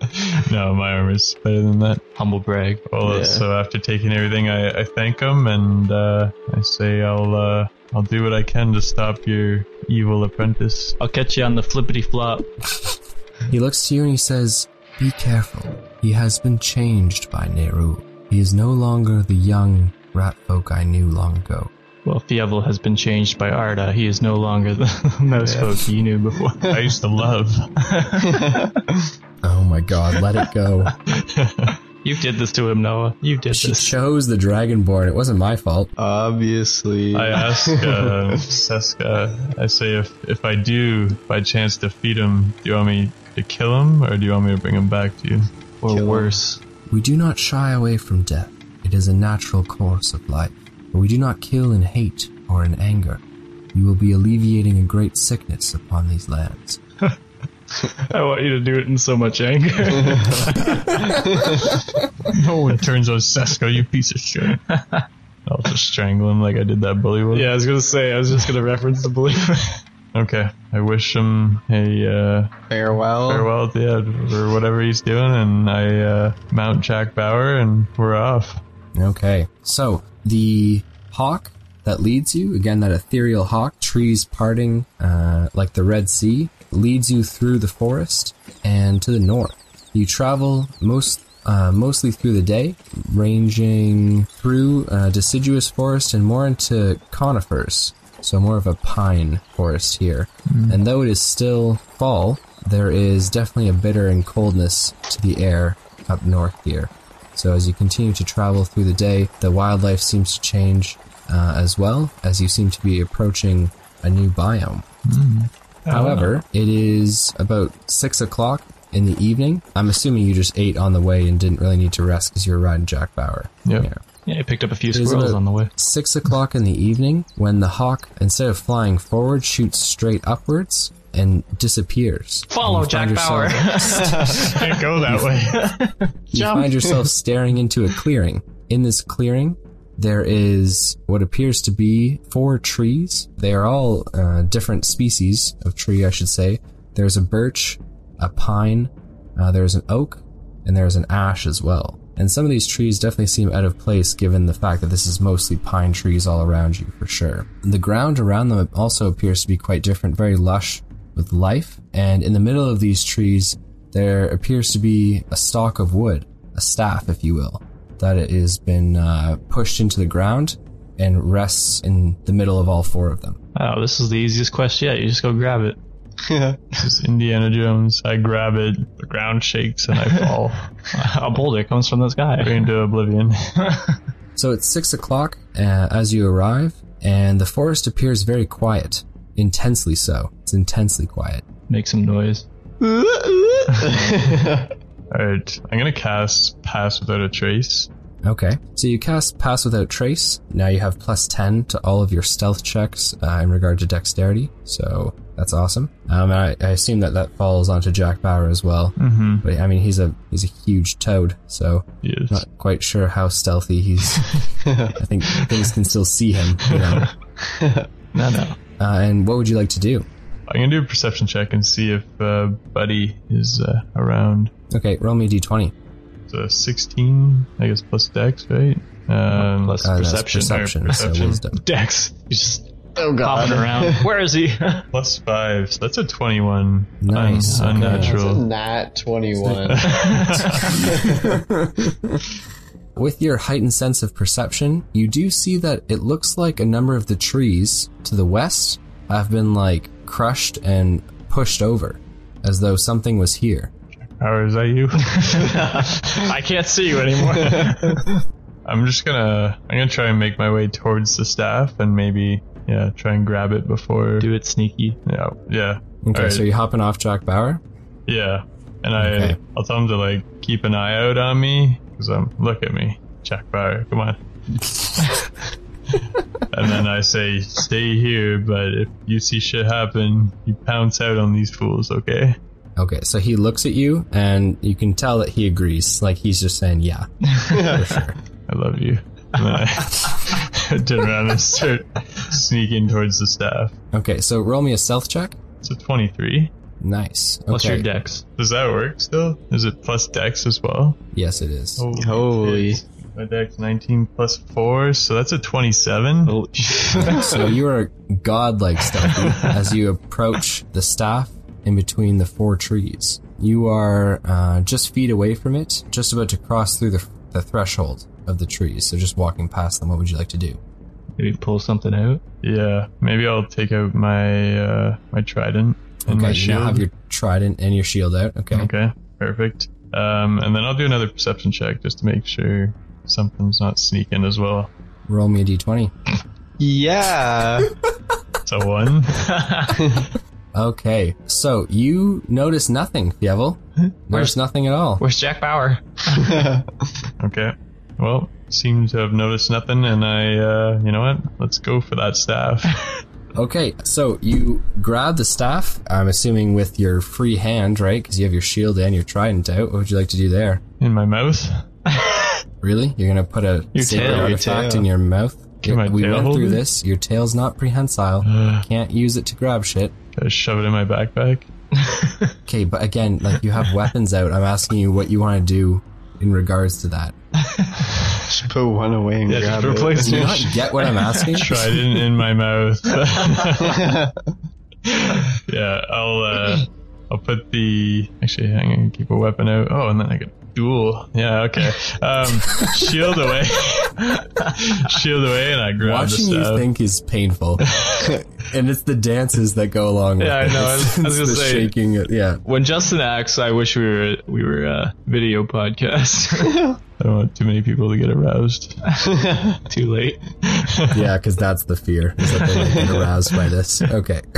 S4: no, my armor's better than that.
S1: Humble brag.
S4: Well,
S3: Yeah.
S4: so after taking everything, I, I thank him and uh, I say I'll uh, I'll do what I can to stop your evil apprentice.
S1: I'll catch you on the flippity flop.
S2: He looks to you and he says, Be careful. He has been changed by Neru. He is no longer the young rat folk I knew long ago.
S1: Well, Fievel has been changed by Arda. He is no longer the most folk you knew before.
S4: I used to love.
S2: Oh my god, let it go.
S1: You did this to him, Noah. You did
S2: she
S1: this.
S2: chose the dragonborn. It wasn't my fault.
S3: Obviously.
S4: I ask uh, Seska, I say, if, if I do by chance defeat him, do you want me to kill him or do you want me to bring him back to you?
S3: or
S4: Kill him.
S3: worse.
S2: We do not shy away from death. It is a natural course of life. But we do not kill in hate or in anger. You will be alleviating a great sickness upon these lands.
S1: I want you to do it in so much anger.
S4: No one turns on Seska, you piece of shit. I'll just strangle him like I did that bully with.
S1: yeah, I was gonna say. I was just gonna reference the belief.
S4: Okay. I wish him a uh,
S3: Farewell.
S4: farewell at the end or whatever he's doing, and I uh, mount Jack Bauer, and we're off.
S2: Okay. So the hawk that leads you, again, that ethereal hawk, trees parting uh, like the Red Sea, leads you through the forest and to the north. You travel most. Uh, mostly through the day, ranging through uh, deciduous forest and more into conifers, so more of a pine forest here. And though it is still fall, there is definitely a bitter and coldness to the air up north here. So as you continue to travel through the day, the wildlife seems to change uh, as well as you seem to be approaching a new biome. However, it is about six o'clock in the evening. I'm assuming you just ate on the way and didn't really need to rest because you were riding Jack Bauer.
S4: Yep.
S1: Yeah, I picked up a few
S2: It is
S1: squirrels
S2: about
S1: on the way.
S2: Six o'clock in the evening, when the hawk, instead of flying forward, shoots straight upwards and disappears.
S1: Follow
S2: And you find
S1: Jack Bauer.
S2: yourself-
S4: Can't go that way.
S2: you find yourself staring into a clearing. In this clearing, there is what appears to be four trees. They are all uh, different species of tree, I should say. There's a birch, a pine, uh, there's an oak, and there's an ash as well. And some of these trees definitely seem out of place given the fact that this is mostly pine trees all around you for sure. The ground around them also appears to be quite different, very lush with life. And in the middle of these trees, there appears to be a stalk of wood, a staff, if you will, that it has been uh, pushed into the ground and rests in the middle of all four of them.
S1: Oh, this is the easiest quest yet. You just go grab it.
S4: This is Indiana Jones. I grab it, the ground shakes, and I fall
S1: A boulder comes from this guy.
S4: into oblivion.
S2: So it's six o'clock uh, as you arrive, and the forest appears very quiet, intensely so. It's intensely quiet.
S1: Make some noise.
S4: Alright, I'm gonna cast Pass Without a Trace.
S2: Okay. So you cast Pass Without Trace. Now you have plus 10 to all of your stealth checks uh, in regard to dexterity. So that's awesome. Um, and I, I assume that that falls onto Jack Bauer as well. Mm-hmm. But I mean, he's a he's a huge toad, so
S4: Yes.
S2: not quite sure how stealthy he's. I think things can still see him. You know?
S1: No, no.
S2: uh, and what would you like to do?
S4: I'm gonna do a perception check and see if uh, Buddy is uh, around.
S2: Okay, roll me a d20.
S4: It's a 16, I guess, plus Dex, right? Um,
S1: Plus
S2: Uh, that's
S1: perception.
S2: perception,
S4: or
S2: so
S4: perception.
S2: wisdom.
S1: Dex. He's just
S3: Oh,
S1: hopping around. Where is he?
S4: Plus 5, so that's a 21.
S2: Nice,
S4: Un-
S2: okay.
S4: unnatural.
S3: Nat 21.
S2: With your heightened sense of perception, you do see that it looks like a number of the trees to the west have been like crushed and pushed over, as though something was here.
S4: Power, is that you?
S1: I can't see you anymore.
S4: I'm just gonna, I'm gonna try and make my way towards the staff and maybe, yeah, try and grab it before.
S1: Do it sneaky.
S4: Yeah, yeah.
S2: Okay,
S4: Alright.
S2: so you're hopping off Jack Bauer.
S4: Yeah, and I
S2: Okay.
S4: I'll tell him to like keep an eye out on me because I'm look at me, Jack Bauer. Come on. and then I say, stay here, but if you see shit happen, you pounce out on these fools, okay?
S2: Okay, so he looks at you, and you can tell that he agrees. Like he's just saying, "Yeah."
S4: I love you. And then I turn around and start sneaking towards the staff.
S2: Okay, so roll me a stealth check.
S4: It's a 23.
S2: Nice.
S1: Plus
S2: okay.
S1: your dex.
S4: Does that work still? Is it plus dex as well?
S2: Yes, it is.
S4: Holy.
S3: Holy.
S4: shit. My dex 19 plus 4, so that's a 27.
S1: Oh,
S2: So you are godlike stealthy as you approach the staff in between the four trees. You are uh, just feet away from it, just about to cross through the, the threshold of the trees. So just walking past them, what would you like to do?
S1: Maybe pull something out.
S4: Yeah, maybe I'll take out my uh, my trident and my
S2: Okay, you
S4: shield.
S2: now have your trident and your shield out. Okay.
S4: okay, perfect. Um, and then I'll do another perception check just to make sure something's not sneaking as well.
S2: Roll me a d20.
S3: Yeah.
S4: It's a one.
S2: Okay, so you notice nothing, Fievel. Notice nothing at all.
S5: Where's Jack Bauer?
S4: okay. Well, seem to have noticed nothing, and I, uh, you know what? Let's go for that staff.
S2: Okay, so you grab the staff, I'm assuming with your free hand, right? Because you have your shield and your trident out. What would you like to do there?
S4: In my mouth.
S2: Really? You're going to put a
S4: Your
S2: sacred
S4: tail, your
S2: artifact
S3: tail.
S2: in your mouth?
S4: Can my
S2: we
S4: tail Uh.
S2: went
S4: hold
S2: through
S4: it?
S2: this. Your tail's not prehensile. Can't use it to grab shit.
S4: Gotta shove it in my backpack.
S2: Okay, but again, like you have weapons out. I'm asking you what you want to do in regards to that.
S3: Just put one away and
S4: Yeah,
S3: grab
S4: just
S3: it.
S4: replace
S2: Do you
S4: my
S2: not get what I'm asking?
S4: trident in my mouth. yeah, I'll uh, I'll put the actually hang on, keep a weapon out. Oh, and then I could duel. Yeah, okay. Um, shield away, shield away, and I grab
S2: Watching
S4: the staff.
S2: you think is painful, and it's the dances that go along.
S4: Yeah,
S2: with
S4: I know.
S2: it.
S4: I was- I was
S2: It's
S4: gonna
S2: the
S4: say-
S2: shaking. Yeah,
S5: When Justin acts, I wish we were we were a video podcast.
S4: I don't want too many people to get aroused.
S5: Too late.
S2: yeah, because that's the fear is that they might get aroused by this. Okay,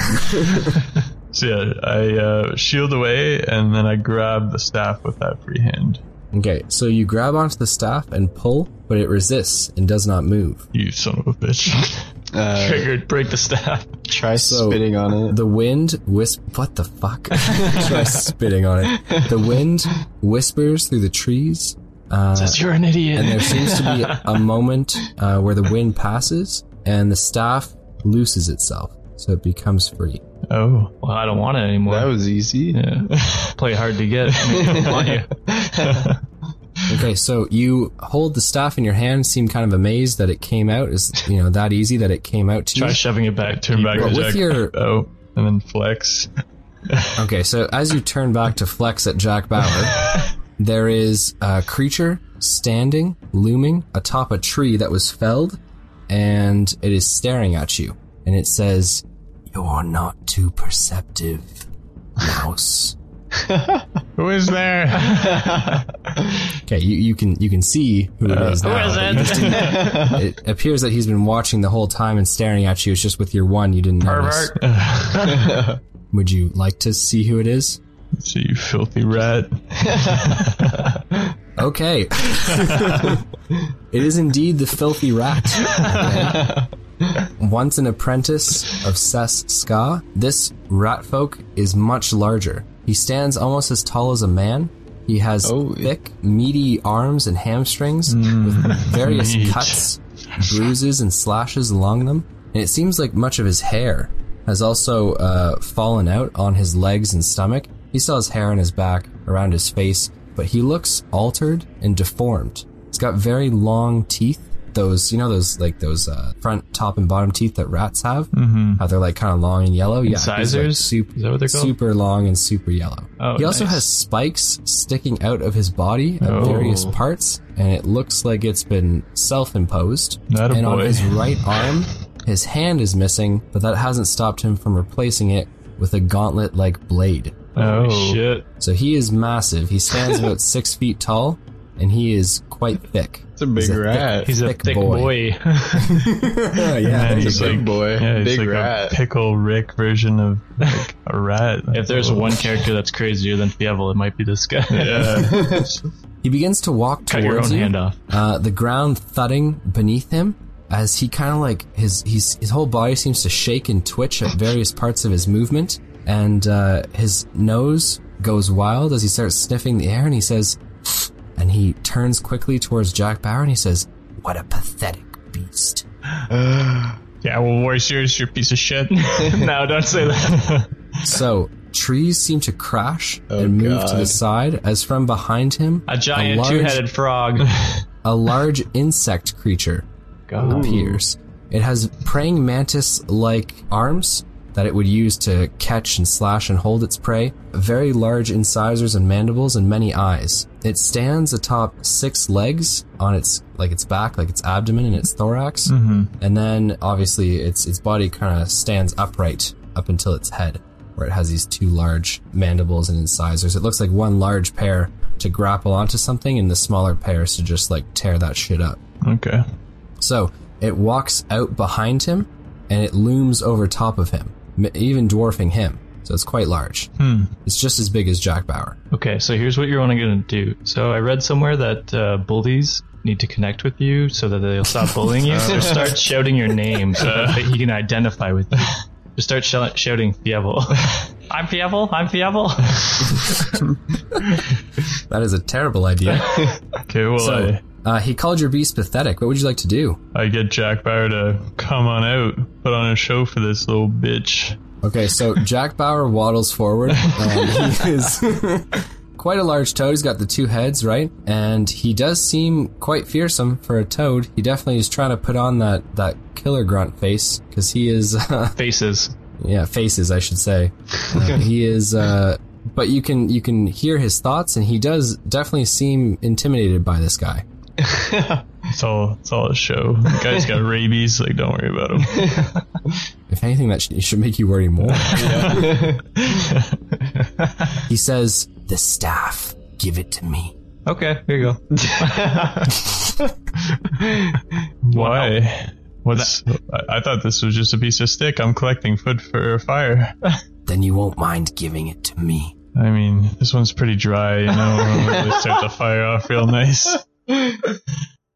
S4: So yeah, I uh, shield away, and then I grab the staff with that free hand.
S2: okay. So you grab onto the staff and pull, but it resists and does not move.
S4: You son of a bitch!
S3: Uh,
S5: Triggered. Break the staff.
S3: try
S2: So-
S3: spitting on it.
S2: The wind wisp. What the fuck? Try spitting on it. The wind whispers through the trees. Uh,
S5: You're an idiot.
S2: and there seems to be a moment uh, where the wind passes and the staff looses itself, so it becomes free.
S4: Oh,
S5: Well, I don't want it anymore.
S3: That was easy.
S5: Play hard to get.
S2: Okay, so you hold the staff in your hand, seem kind of amazed that it came out. Is you know that easy that it came out to you?
S5: Try shoving it back.
S4: turn back
S2: But
S4: to
S2: with
S4: Jack.
S2: your-
S4: Oh, and then flex.
S2: Okay, so as you turn back to flex at Jack Bauer, there is a creature standing, looming atop a tree that was felled, and it is staring at you. And it says, "You're not too perceptive, mouse."
S4: Who is there?
S2: Okay, you, you can you can see Uh, who it is now.
S1: Oh,
S2: but you just didn't- it appears that he's been watching the whole time and staring at you. It's just with your one you didn't notice. Would you like to see who it is?
S4: See you, filthy rat.
S2: Okay. it is indeed the filthy rat. Once an apprentice of Ses Ska, this rat folk is much larger. He stands almost as tall as a man. He has
S3: Oh, it-
S2: thick, meaty arms and hamstrings with various
S4: meat.
S2: cuts, bruises, and slashes along them. And it seems like much of his hair has also uh, fallen out on his legs and stomach. He still has hair on his back, around his face, but he looks altered and deformed. He's got very long teeth. Those, you know, those like those uh, front, top, and bottom teeth that rats have. Mm-hmm. How they're like kind of long and yellow. Yeah, he's, like,
S5: Incisors?
S2: super,
S5: Is that what they're called?
S2: super long and super yellow.
S5: Oh,
S2: he also
S5: nice.
S2: has spikes sticking out of his body at
S5: Oh.
S2: various parts, and it looks like it's been self-imposed.
S4: That a
S2: and on
S4: boy.
S2: his right arm, his hand is missing, but that hasn't stopped him from replacing it with a gauntlet-like blade.
S4: oh,
S5: Shit.
S2: So he is massive. He stands about six feet tall, and he is quite thick.
S3: It's a big
S2: He's a thick-
S3: rat.
S5: He's a
S2: Thick
S5: thick,
S2: boy. Oh,
S5: boy.
S2: yeah,
S4: Man, he's
S3: a big
S4: like-
S3: boy.
S4: Yeah, he's
S3: Big
S4: like
S3: rat.
S4: a pickle Rick version of like a rat. Oh.
S5: if there's one character that's crazier than Fievel, it might be this guy.
S4: yeah,
S2: He begins to walk
S5: Cut your
S2: towards
S5: own
S2: you.
S5: hand off.
S2: uh, the ground thudding beneath him as he kind of like his he's, his whole body seems to shake and twitch at various parts of his movement, and uh, his nose goes wild as he starts sniffing the air, and he says, and he turns quickly towards Jack Bauer, and he says, "What a pathetic beast."
S4: yeah. Well, where's yours, your piece of shit?
S5: no, don't say that.
S2: So trees seem to crash and move to the
S3: God.
S2: side as from behind him
S5: A giant
S2: large-
S5: two-headed frog.
S2: a large insect creature appears. It has praying mantis like arms that it would use to catch and slash and hold its prey, very large incisors and mandibles and many eyes. It stands atop six legs on its like its back, like its abdomen and its thorax, and then obviously its its body kind of stands upright up until its head, where it has these two large mandibles and incisors. It looks like one large pair to grapple onto something, and the smaller pairs to just like tear that shit up.
S4: Okay.
S2: So it walks out behind him and it looms over top of him, m- even dwarfing him. So it's quite large. It's just as big as Jack Bauer.
S1: Okay, so here's what you're only going to do. So I read somewhere that uh, bullies need to connect with you so that they'll stop bullying you. so start shouting your name so that he can identify with you. Just start shou- shouting Fievel. I'm Fievel. I'm Fievel.
S2: That is a terrible idea.
S4: Okay, well,
S2: so uh, he called your beast pathetic. What would you like to do?
S4: I, I get Jack Bauer to come on out, put on a show for this little bitch.
S2: Okay, so Jack Bauer waddles forward. Um, he is quite a large toad. He's got the two heads, right? And he does seem quite fearsome for a toad. He definitely is trying to put on that, that killer grunt face because he is uh,
S1: Faces.
S2: yeah faces i should say Uh, he is uh but you can you can hear his thoughts and he does definitely seem intimidated by this guy
S4: It's all, it's all a show. The guy's got rabies. Like, don't worry about him.
S2: if anything that sh- should make you worry more he says the staff give it to me
S1: Okay, here you go.
S4: Why? What's? I, I thought this was just a piece of stick. I'm collecting food for a fire.
S2: then you won't mind giving it to me
S4: I mean, this one's pretty dry. You know, they start the fire off real nice.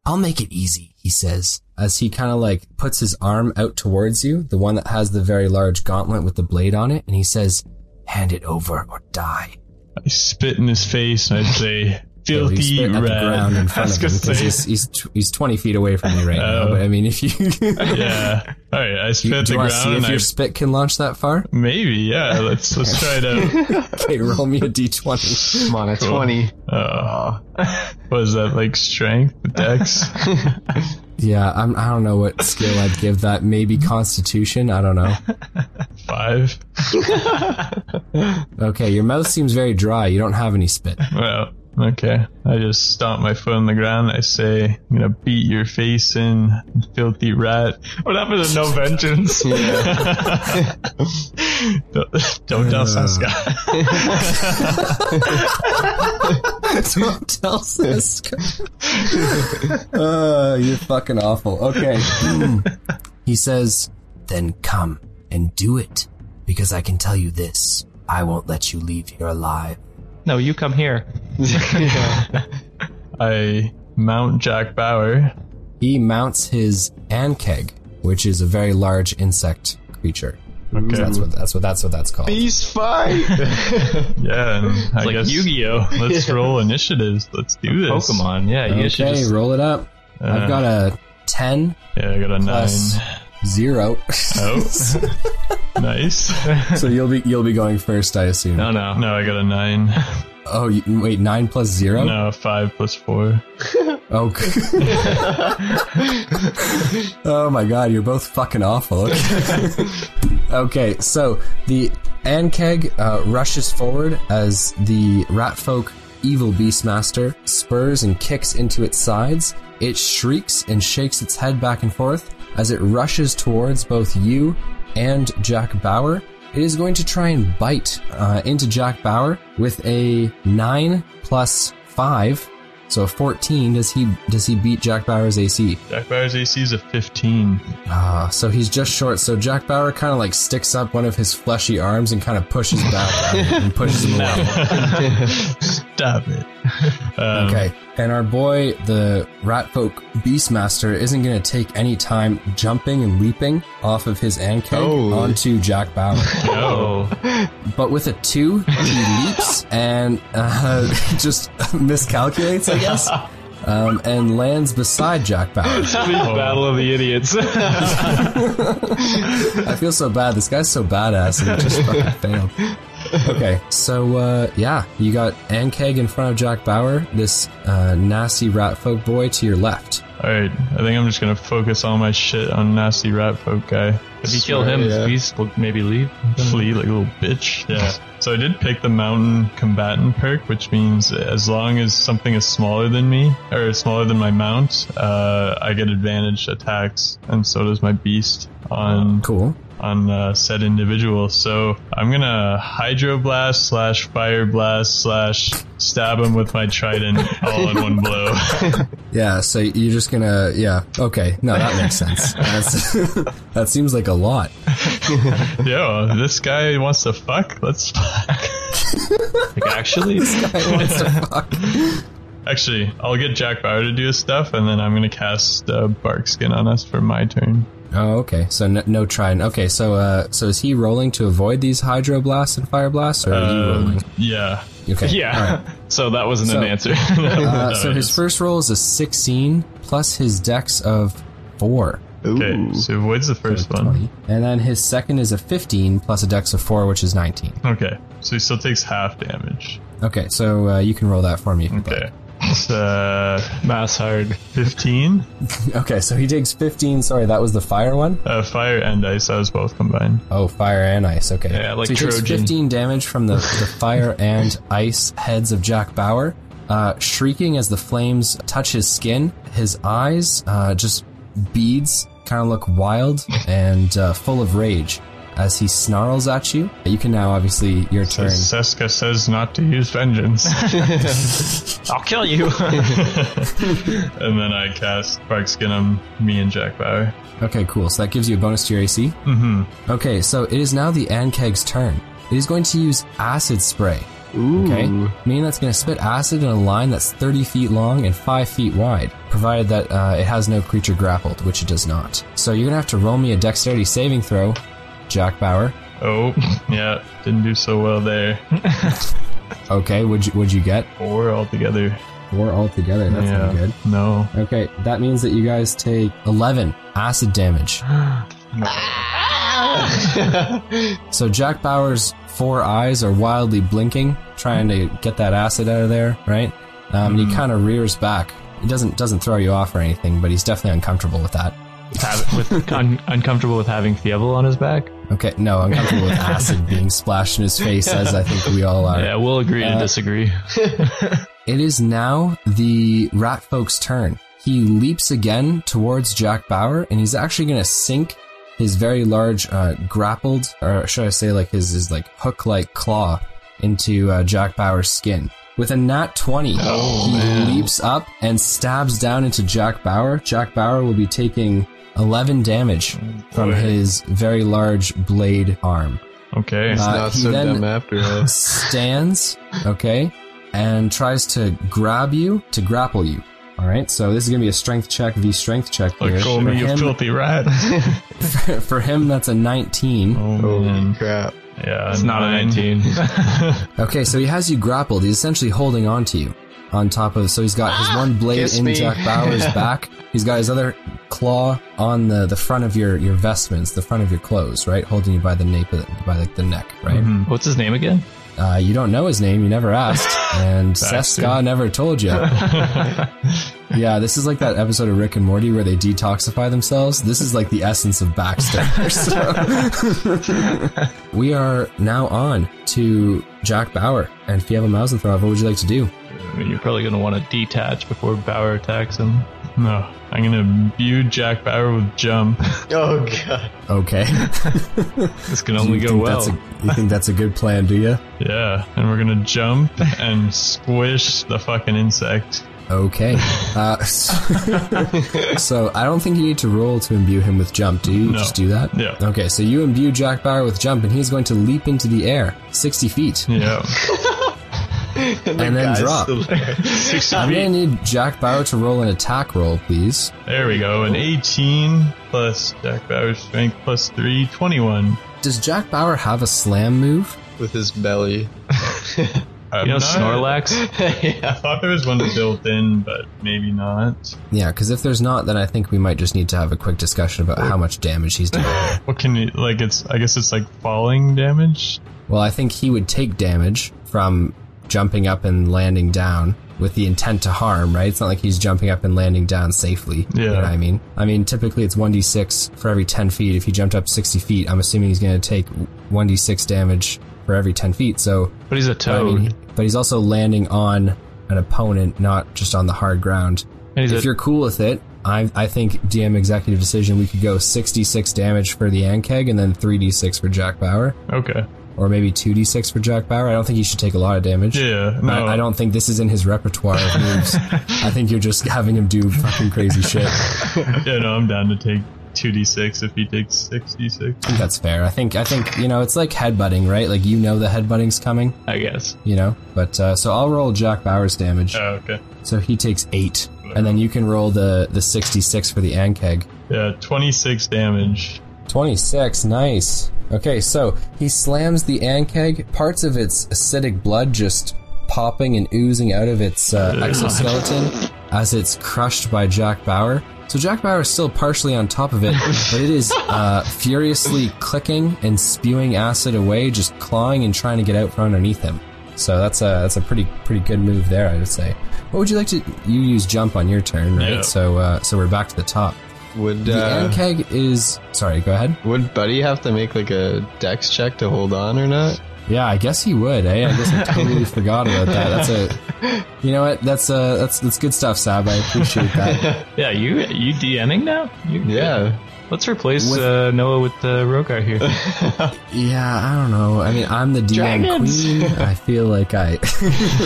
S2: i'll make it easy he says as he kind of like puts his arm out towards you the one that has the very large gauntlet with the blade on it and he says hand it over or die
S4: I spit in his face and I'd say,
S2: He
S4: "Filthy
S2: spit at the ground in
S4: rat."
S2: front
S4: gonna
S2: of him because
S4: say. Oh.
S2: he's, he's, tw- he's 20 feet away from you right now. But I mean, if you, you
S4: Yeah. All right. I spit at the
S2: do you want to
S4: ground
S2: see
S4: and
S2: if
S4: I
S2: your spit can launch that far?
S4: maybe yeah. Let's let's try it out.
S2: Okay, roll me a d20.
S3: Come on, a 20.
S4: Uh, what is that like? Strength, dex.
S2: Yeah, I'm, I don't know what skill I'd give that. Maybe Constitution. I don't know.
S4: Five.
S2: Okay, your mouth seems very dry. You don't have any spit.
S4: Well, okay. I just stomp my foot on the ground. I say, I'm gonna beat your face in, filthy rat.
S5: What happened to no vengeance?
S4: Don't, don't tell Saskia.
S2: don't tell Sisk. uh, you're fucking awful. Okay. Hmm. he says, Then come and do it. Because I can tell you this I won't let you leave here alive.
S1: No, you come here.
S4: I mount Jack Bauer.
S2: He mounts his ankeg, which is a very large insect creature.
S4: Okay.
S2: That's what that's what that's what that's called.
S3: Beast fight!
S4: Yeah, and I
S1: Like
S4: guess
S1: Yu-Gi-Oh!
S4: let's roll initiatives. Let's do this.
S1: Pokemon, yeah, you should
S2: Okay,
S1: just
S2: roll it up. I've got a 10
S4: Yeah, I got a
S2: plus
S4: nine.
S2: 0.
S4: Oh, nice.
S2: so you'll be you'll be going first, I assume.
S1: no, no,
S4: No, I got a nine.
S2: Oh, you, wait, 9 plus 0?
S4: No, five plus four.
S2: Oh, g- oh my god, you're both fucking awful. Okay, okay so the Ankeg uh, rushes forward as the Ratfolk evil beastmaster spurs and kicks into its sides. It shrieks and shakes its head back and forth as it rushes towards both you and Jack Bauer. It is going to try and bite uh, into Jack Bauer with a 9 plus 5. So 14 does he does he beat Jack Bauer's AC?
S4: Jack Bauer's AC is a fifteen.
S2: Ah, so he's just short. So Jack Bauer kind of like sticks up one of his fleshy arms and kind of pushes back at him and pushes him away.
S4: Stop it. Um,
S2: Okay, and our boy the Ratfolk Beastmaster isn't going to take any time jumping and leaping off of his ankeg
S3: Oh.
S2: onto Jack Bauer.
S4: No.
S2: But with a two, he leaps and uh, just miscalculates, I guess, um, and lands beside Jack Bauer.
S5: Battle of the Idiots.
S2: I feel so bad. This guy's so badass and he just fucking failed. Okay, so uh, yeah, you got Ankeg in front of Jack Bauer, this uh, nasty rat folk boy to your left.
S4: All right. I think I'm just gonna focus all my shit on nasty rat folk guy.
S1: If you kill him,
S3: yeah.
S1: these will maybe leave.
S4: Flee like a little bitch.
S1: Yeah.
S4: So I did pick the mountain combatant perk, which means as long as something is smaller than me or smaller than my mount, uh, I get advantage attacks, and so does my beast on
S2: Cool.
S4: on uh, said individual. So I'm gonna hydro blast slash fire blast slash stab him with my trident all in one blow.
S2: Yeah, so you're just gonna, yeah, okay, no, that makes sense. That's, that seems like a lot.
S4: Yo, this guy wants to fuck. Let's fuck.
S1: Like, actually,
S4: Actually, I'll get Jack Bauer to do his stuff, and then I'm gonna cast uh, Barkskin on us for my turn.
S2: Oh, okay, so no, no trident. Okay, so uh, so is he rolling to avoid these hydro blasts and fire blasts, or are you rolling?
S4: Um, yeah,
S2: Okay, all
S1: yeah.
S2: right.
S1: So that wasn't
S2: So-
S1: an answer.
S2: Uh,
S4: No,
S2: so his
S4: it's-
S2: first roll is a 16 plus his dex of 4.
S3: Ooh.
S4: Okay, so avoids the first one.
S2: And then his second is a 15 plus a dex of 4, which is 19.
S1: Hmm.
S4: Okay, so he still takes half damage.
S2: Okay, so uh, you can roll that for me. If you'd
S4: Okay, it's uh,
S1: Mass hard.
S4: 15.
S2: like. Okay, so he takes 15. Sorry, that was the fire one?
S4: Uh, fire and ice, that was both combined.
S2: Oh, fire and ice. Okay.
S1: Yeah, like
S2: so he takes
S1: Trojan.
S2: 15 damage from the, the fire and ice heads of Jack Bauer. Uh, shrieking as the flames touch his skin, his eyes uh, just beads kind of look wild and uh, full of rage as he snarls at you. You can now, obviously, your turn.
S4: Seska says not to use vengeance,
S1: I'll kill you.
S4: and then I cast Barkskin on me and Jack Bauer.
S2: Okay, cool. So that gives you a bonus to your AC. Mm-hmm. Okay, so it is now the Ankeg's turn. It is going to use acid spray.
S3: Ooh.
S2: Okay, meaning that's going to spit acid in a line that's 30 feet long and 5 feet wide, provided that uh, it has no creature grappled, which it does not. So you're going to have to roll me a dexterity saving throw, Jack Bauer.
S4: Oh, yeah, didn't do so well there.
S2: Okay, would you would you get
S4: Four altogether.
S2: four altogether? That's
S4: yeah,
S2: not good.
S4: no.
S2: Okay, that means that you guys take 11 acid damage. so Jack Bauer's four eyes are wildly blinking, trying to get that acid out of there, right? Um, and He kind of rears back. He doesn't doesn't throw you off or anything, but he's definitely uncomfortable with that.
S1: Have, with, un, uncomfortable with having Thievel on his back.
S2: Okay, no, uncomfortable with acid being splashed in his face, as I think we all are.
S1: Yeah, we'll agree to disagree.
S2: It is now the rat folk's turn. He leaps again towards Jack Bauer, and he's actually going to sink his very large uh, grappled, or should I say, like his his like hook-like claw into uh, Jack Bauer's skin. With a nat twenty,
S3: Oh,
S2: he leaps up and stabs down into Jack Bauer. Jack Bauer will be taking eleven damage
S3: Oh,
S2: from his very large blade arm.
S4: Okay.
S2: Uh,
S3: Not
S2: he
S3: so
S2: then-
S3: dumb after all.
S2: stands, okay, and tries to grab you to grapple you. All right, so this is gonna be a strength check v strength check here.
S4: Look,
S2: For
S4: at me, you
S2: him,
S4: filthy rat.
S2: Oh, for him, that's a 19.
S4: Oh,
S3: Holy
S4: man.
S3: crap.
S4: Yeah,
S1: It's not a 19.
S2: Okay, so he has you grappled. He's essentially holding on to you. On top of, so he's got his one blade
S3: kiss
S2: in
S3: me.
S2: Jack Bauer's back. He's got his other claw on the, the front of your, your vestments, the front of your clothes, right, holding you by the nape of the, by like the neck, right.
S1: What's his name again?
S2: Uh, you don't know his name. You never asked, and Seska never told you. yeah, this is like that episode of Rick and Morty where they detoxify themselves. This is like the essence of Baxter. So- we are now on to Jack Bauer and Fieva Mausenthrob. What would you like to do?
S1: I mean, you're probably going to want to detach before Bauer attacks him.
S4: No, I'm gonna view Jack Bauer with jump.
S3: Oh god.
S2: Okay,
S1: This can only
S2: You
S1: go
S2: think
S1: well.
S2: that's a- you think that's a good plan, do you?
S4: Yeah, and we're gonna jump and squish the fucking insect.
S2: Okay. Uh, so, so I don't think you need to roll to imbue him with jump. Do you
S4: No.
S2: just do that?
S4: Yeah.
S2: Okay, so you imbue Jack Bauer with jump, and he's going to leap into the air, sixty feet,
S4: Yeah.
S2: and then drop.
S4: Six
S2: I'm
S4: feet.
S2: going to need Jack Bauer to roll an attack roll, please.
S4: There we go. An 18 plus Jack Bauer's strength plus 3, 21.
S2: Does Jack Bauer have a slam move?
S3: With his belly.
S4: I'm
S1: You know
S4: not-
S1: Snorlax?
S4: I thought there was one built in, but maybe not.
S2: Yeah, because if there's not, then I think we might just need to have a quick discussion about how much damage he's doing.
S4: What can you, like, it's, I guess it's like falling damage?
S2: Well, I think he would take damage from jumping up and landing down. with the intent to harm, right? It's not like he's jumping up and landing down safely. You
S4: Yeah.
S2: know what I mean? I mean, typically it's 1d6 for every 10 feet. If he jumped up 60 feet, I'm assuming he's going to take 1d6 damage for every 10 feet. So,
S1: But he's a
S2: I
S1: toad.
S2: mean, but he's also landing on an opponent, not just on the hard ground.
S1: and he's
S2: if
S1: a,
S2: you're cool with it, I, I think DM executive decision, we could go 66 damage for the Ankeg and then 3d6 for Jack Bauer.
S4: Okay.
S2: Or maybe 2d6 for Jack Bauer. I don't think he should take a lot of damage.
S4: Yeah. No.
S2: I, I don't think this is in his repertoire of moves. I think you're just having him do fucking crazy shit. I
S4: Yeah. No. I'm down to take two d six if he takes six d six.
S2: think that's fair. I think I think you know it's like headbutting, right? Like you know the headbutting's coming,
S4: I guess.
S2: you know. But uh, so I'll roll Jack Bauer's damage,
S4: Oh, okay.
S2: so he takes eight, and then you can roll the the sixty six for the Ankeg.
S4: Yeah. Twenty six damage.
S2: 26, nice. Okay, so he slams the ankeg, parts of its acidic blood just popping and oozing out of its uh, exoskeleton as it's crushed by Jack Bauer. So Jack Bauer is still partially on top of it, but it is uh, furiously clicking and spewing acid away, just clawing and trying to get out from underneath him. So that's a that's a pretty pretty good move there, I would say. What would you like to? You use jump on your turn, right?
S4: Yeah.
S2: So uh, so we're back to the top.
S3: Would
S2: The
S3: uh,
S2: ankeg is sorry. Go ahead.
S3: would Buddy have to make like a dex check to hold on or not?
S2: Yeah, I guess he would. Eh? I guess I totally forgot about that. That's a, you know what? That's uh that's that's good stuff, Sab. I appreciate that.
S1: yeah, you you DMing now? You,
S3: Yeah.
S1: Let's replace
S2: With-
S1: uh, Noah with uh, Rogar here.
S2: yeah, I don't know. I mean, I'm the DM
S3: Dragons.
S2: queen. I feel like I.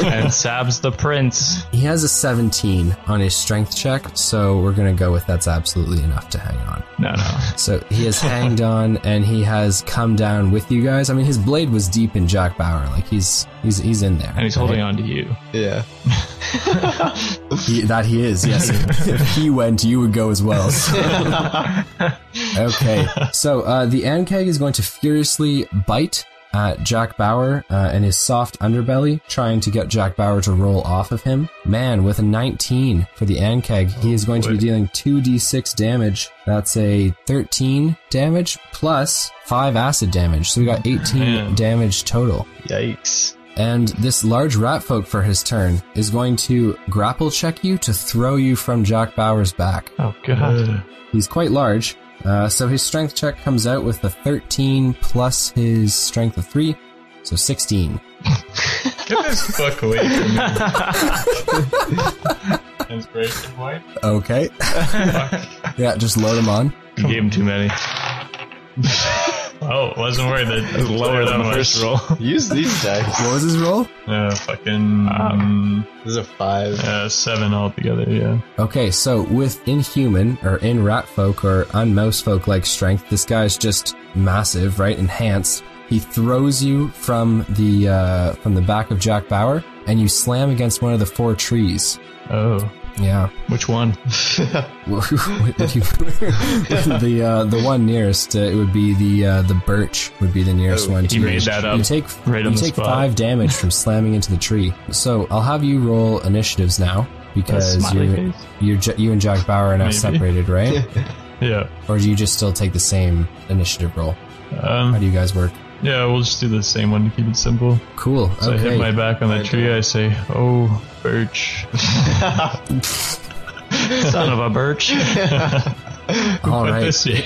S1: and Sab's the prince.
S2: he has a 17 on his strength check, so we're gonna go with that's absolutely enough to hang on.
S1: No, no.
S2: So he has hanged on and he has come down with you guys. I mean, his blade was deep in Jack Bauer. Like he's he's he's in there.
S1: And he's holding on to you.
S3: Yeah.
S2: He, that he is, yes. if he went, you would go as well. okay, so uh, the Ankeg is going to furiously bite at Jack Bauer uh, and his soft underbelly, trying to get Jack Bauer to roll off of him. Man, with a 19 for the Ankeg, he is going to be dealing 2d6 damage. That's a 13 damage plus 5 acid damage. So we got 18 damage total.
S3: Yikes.
S2: And this large rat folk for his turn is going to grapple check you to throw you from Jack Bauer's back.
S1: Oh, God.
S2: He's quite large, uh, so his strength check comes out with a 13 plus his strength of 3, so 16.
S4: Get this fuck away from me. Inspiration point.
S2: Okay. yeah, just load him on.
S1: you gave him too many.
S4: Oh, wasn't worried that it was
S1: Lower than the first roll.
S3: Use these dice.
S2: What was his roll?
S4: Uh, fucking
S1: Ah.
S4: um,
S3: This is a five.
S4: uh, seven altogether. Yeah.
S2: Okay, so with inhuman or in rat folk or unmouse folk like strength, this guy's just massive, right? Enhanced. He throws you from the uh, from the back of Jack Bauer, and you slam against one of the four trees.
S4: Oh.
S2: Yeah,
S1: Which one?
S2: the uh, the one nearest uh, it would be the uh, the birch would be the nearest one. to
S1: he
S2: you.
S1: Oh, made that up
S2: You take
S1: right on
S2: you
S1: the
S2: take
S1: spot.
S2: five damage from slamming into the tree. So I'll have you roll initiatives now because
S1: smiley
S2: you're,
S1: face?
S2: you're J- you and Jack Bauer are now
S4: Maybe.
S2: separated, right?
S4: Yeah.
S2: or do you just still take the same initiative roll? How
S4: Um,
S2: do you guys work?
S4: yeah, we'll just do the same one to keep it simple.
S2: Cool.
S4: So I
S2: okay.
S4: hit my back on the tree. I say, "Oh, birch."
S1: Son of a birch.
S2: All
S4: But
S2: right.
S4: this year,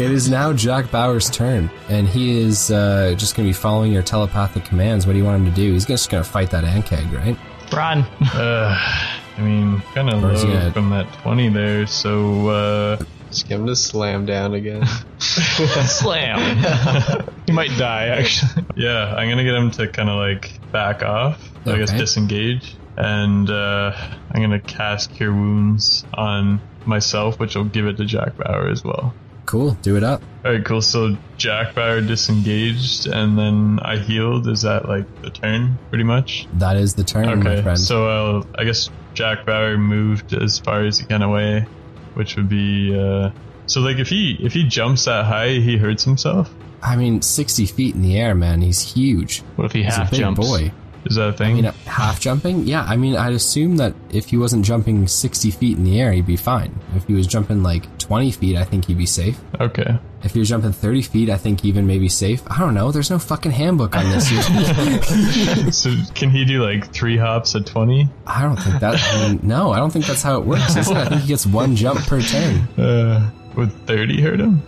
S2: It is now Jack Bauer's turn, and he is uh, just going to be following your telepathic commands. What do you want him to do? He's just going to fight that Ankeg, right?
S1: Ron.
S4: uh, I mean, kind of
S2: Or is he
S4: low
S2: gonna-
S4: from that twenty there. So uh,
S3: Just give him to slam down again.
S1: Slam. you might die, actually.
S4: yeah, I'm gonna get him to kind of like back off. I guess
S2: Okay.
S4: disengage, and uh, I'm gonna cast Cure Wounds on myself, which will give it to Jack Bauer as well.
S2: Cool. Do it up.
S4: All right, cool. So Jack Bauer disengaged, and then I healed. Is that like the turn, pretty much?
S2: That is the turn, Mm, my
S4: Okay.
S2: friend.
S4: So I'll, I guess Jack Bauer moved as far as he can away, which would be. Uh, so like if he if he jumps that high, he hurts himself.
S2: I mean, 60 feet in the air, man. He's huge.
S1: What if he
S2: He's a
S1: half
S2: big
S1: jumps?
S2: boy.
S4: Is that a thing?
S2: I mean, half jumping? Yeah, I mean, I'd assume that if he wasn't jumping 60 feet in the air, he'd be fine. If he was jumping like 20 feet, I think he'd be safe.
S4: okay.
S2: If he was jumping 30 feet, I think even maybe safe. I don't know. There's no fucking handbook on this.
S4: So can he do like three hops at 20?
S2: I don't think that. I mean, no, I don't think that's how it works. Is it? I think he gets one jump per turn.
S4: Uh, would 30 hurt him?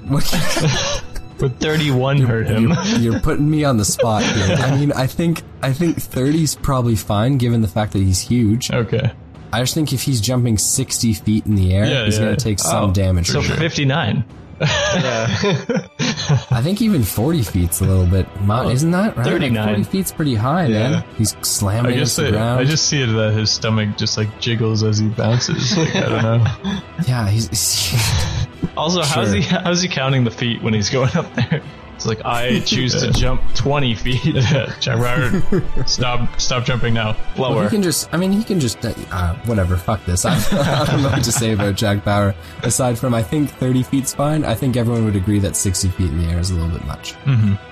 S1: But 31 hurt him.
S2: You're, you're putting me on the spot here. I mean, I think I think 30's probably fine given the fact that he's huge.
S4: Okay.
S2: I just think if he's jumping 60 feet in the air,
S4: Yeah,
S2: he's
S4: yeah. Oh,
S2: going to take some damage.
S1: So 59.
S2: I think even 40 feet's a little bit. Mo- isn't that right? Like,
S1: 39.
S2: 40 feet's pretty high, man. He's
S4: I
S2: slamming
S4: guess
S2: against the
S4: I,
S2: ground.
S4: I just see it that his stomach just like jiggles as he bounces. Like, I don't know.
S2: yeah, he's.
S1: Also, how's
S2: Sure.
S1: he how's he counting the feet when he's going up there? It's like I choose to jump 20 feet
S4: Jack Robert, stop, stop jumping now.
S2: Well, he
S1: lower.
S2: can just. I mean, he can just. Uh, whatever. Fuck this. I, I don't know what to say about Jack Bauer. Aside from, I think thirty feet's fine. I think everyone would agree that sixty feet in the air is a little bit much.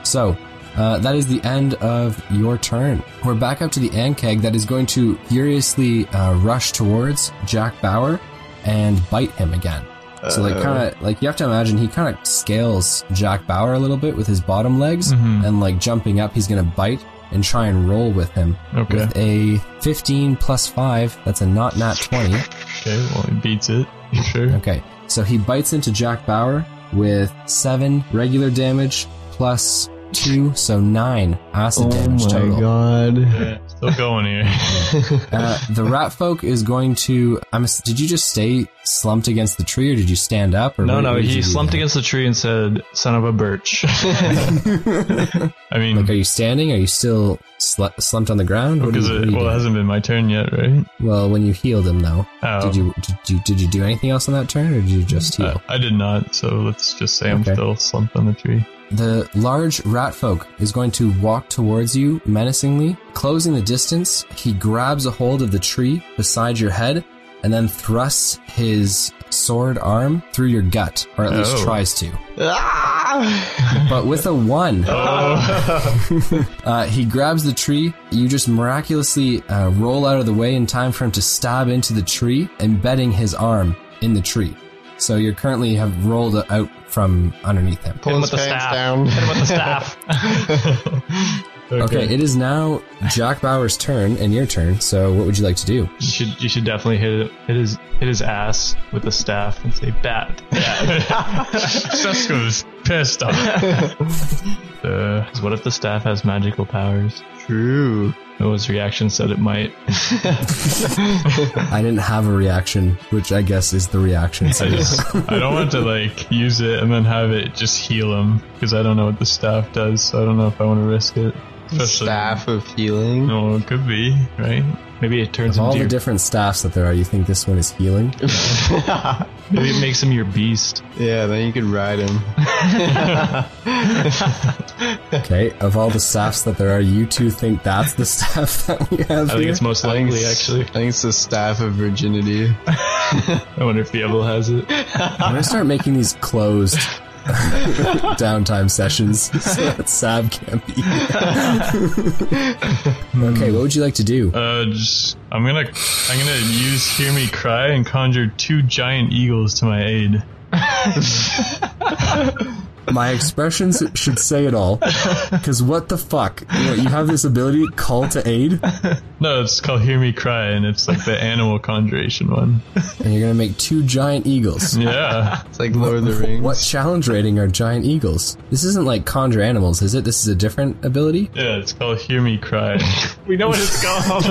S2: So. Uh, that is the end of your turn. We're back up to the Ankeg that is going to furiously uh, rush towards Jack Bauer and bite him again. So like kind of like you have to imagine he kind of scales Jack Bauer a little bit with his bottom legs and like jumping up he's going to bite and try and roll with him
S4: Okay.
S2: with a 15 plus 5 that's a not nat 20
S4: Okay, well, he beats it. You sure?
S2: okay so he bites into Jack Bauer with 7 regular damage plus 2 so 9 acid damage total
S3: Oh god.
S4: Still going here.
S2: Uh, the rat folk is going to I'm ass- did you just stay slumped against the tree or did you stand up or
S1: No,
S2: what-
S1: no,
S2: what did you
S1: he
S2: do
S1: slumped
S2: there?
S1: against the tree and said, "Son of a birch."
S4: I mean,
S2: Like, are you standing? Are you still sl- slumped on the ground? What
S4: because
S2: are you-
S4: it,
S2: what are you
S4: well, it
S2: doing?
S4: hasn't been my turn yet, right?
S2: Well, when you healed him, though,
S4: Oh.
S2: did you did you did you do anything else on that turn, or did you just
S1: Uh,
S2: heal?
S4: I, I did not, so let's just say I'm
S2: Okay.
S4: still slumped on the tree.
S2: The large rat folk is going to walk towards you menacingly, closing the distance. He grabs a hold of the tree beside your head and then thrusts his sword arm through your gut, or at least
S4: Oh.
S2: tries to. but with a one, uh, he grabs the tree. You just miraculously uh, roll out of the way in time for him to stab into the tree, embedding his arm in the tree. So you're currently have rolled out from underneath him.
S3: Pulling
S1: with the
S3: his pants
S1: staff.
S3: down.
S1: Hit him with the staff.
S2: Okay, it is now Jack Bauer's turn and your turn. So, what would you like to do?
S1: You should you should definitely hit hit his hit his ass with the staff and say bat.
S4: Susko's pissed off.
S1: Uh, what if the staff has magical powers?
S3: True.
S1: Noah's reaction said it might.
S2: I didn't have a reaction, which I guess is the reaction. So,
S4: I just, I don't want to like use it and then have it just heal him because I don't know what the staff does, so I don't know if I want to risk it. Especially,
S3: Staff of healing.
S4: No, it could be right.
S1: Maybe it turns
S2: of all
S1: him.
S2: the
S1: Your,
S2: different staffs that there are, you think this one is healing?
S1: maybe it makes him your beast.
S3: Yeah, then you could ride him.
S2: Okay, of all the staffs that there are, you two think that's the staff that we have
S1: I think
S2: here.
S1: it's most
S3: I think
S1: likely,
S3: it's-
S1: actually.
S3: I think it's the staff of virginity.
S1: I wonder if Diablo has it.
S2: I'm gonna start making these closed downtime sessions so that Sab can't be. okay, what would you like to do?
S4: Uh, just, I'm gonna I'm gonna use hear me cry and conjure two giant eagles to my aid.
S2: My expressions should say it all. Because what the fuck? You, know, you have this ability, call to aid,
S4: No, it's called hear me cry, and it's like the animal conjuration one.
S2: and you're gonna make two giant eagles.
S4: Yeah,
S3: It's like Lord of the Rings.
S2: What challenge rating are giant eagles? This isn't like conjure animals, is it? This is a different ability?
S4: yeah, it's called hear me cry.
S1: We know what it's called.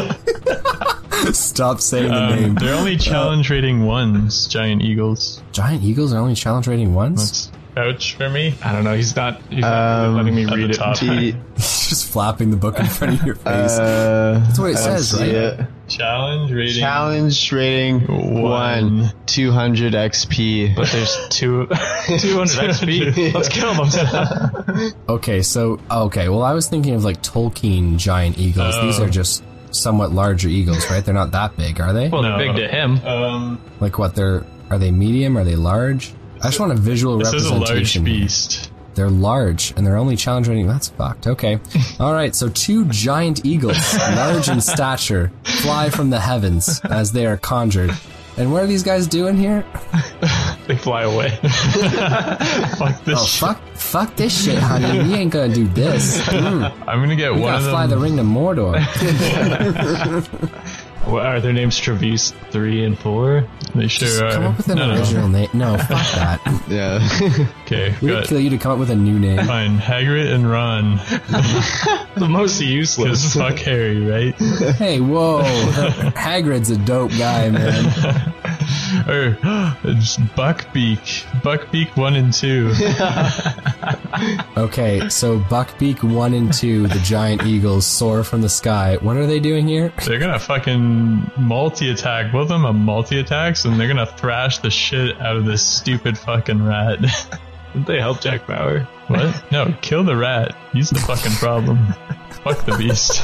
S2: Stop saying the
S4: Um,
S2: name.
S4: they're only challenge rating ones, giant eagles.
S2: Giant eagles are only challenge rating once?
S4: That's ouch for me.
S1: I don't know. He's not. He's not really
S3: Um,
S1: letting me
S4: at
S1: read
S4: the
S1: it.
S4: top.
S3: T-
S2: Just flapping the book in front of your face.
S3: uh, That's
S2: what it says, right?
S4: Challenge rating.
S3: Challenge rating
S4: One.
S3: one, 200 XP.
S1: But there's two, 200 XP. Let's kill them.
S2: Okay, so, okay, well, I was thinking of like Tolkien giant eagles. These are just somewhat larger eagles, right? They're not that big, are they?
S1: Well,
S4: No.
S1: big to him.
S4: Um,
S2: Like what they're are they medium? Are they large? I just want a visual
S4: this is a large
S2: representation.
S4: beast.
S2: They're large, and their only challenge rating. That's fucked. Okay. All right. So two giant eagles, large in stature, fly from the heavens as they are conjured. And what are these guys doing here?
S5: They fly away.
S4: Fuck this
S2: Oh
S4: shit.
S2: fuck! Fuck this shit, honey. We ain't gonna do this. Mm,
S4: I'm gonna get
S2: we
S4: one
S2: gotta
S4: of them.
S2: fly the ring to Mordor.
S5: What are their names? Trevis three and four.
S4: They sure
S2: Just
S4: are.
S2: come up with an
S4: no, no,
S2: original name. No, fuck that.
S3: Yeah.
S4: Okay,
S2: We would
S4: good.
S2: kill you to come up with a new name.
S4: Fine, Hagrid and Ron.
S5: The most useless.
S4: Because fuck Harry, right?
S2: Hey, whoa! Hagrid's a dope guy, man.
S4: Or Oh, it's Buckbeak. Buckbeak 1 and 2.
S2: Okay, so Buckbeak 1 and 2, the giant eagles, soar from the sky. What are they doing here?
S4: They're gonna fucking multi attack. Both of them are multi attacks, and they're gonna thrash the shit out of this stupid fucking rat.
S5: Didn't they help Jack Bauer?
S4: what? No, kill the rat. He's the fucking problem. Fuck the beast.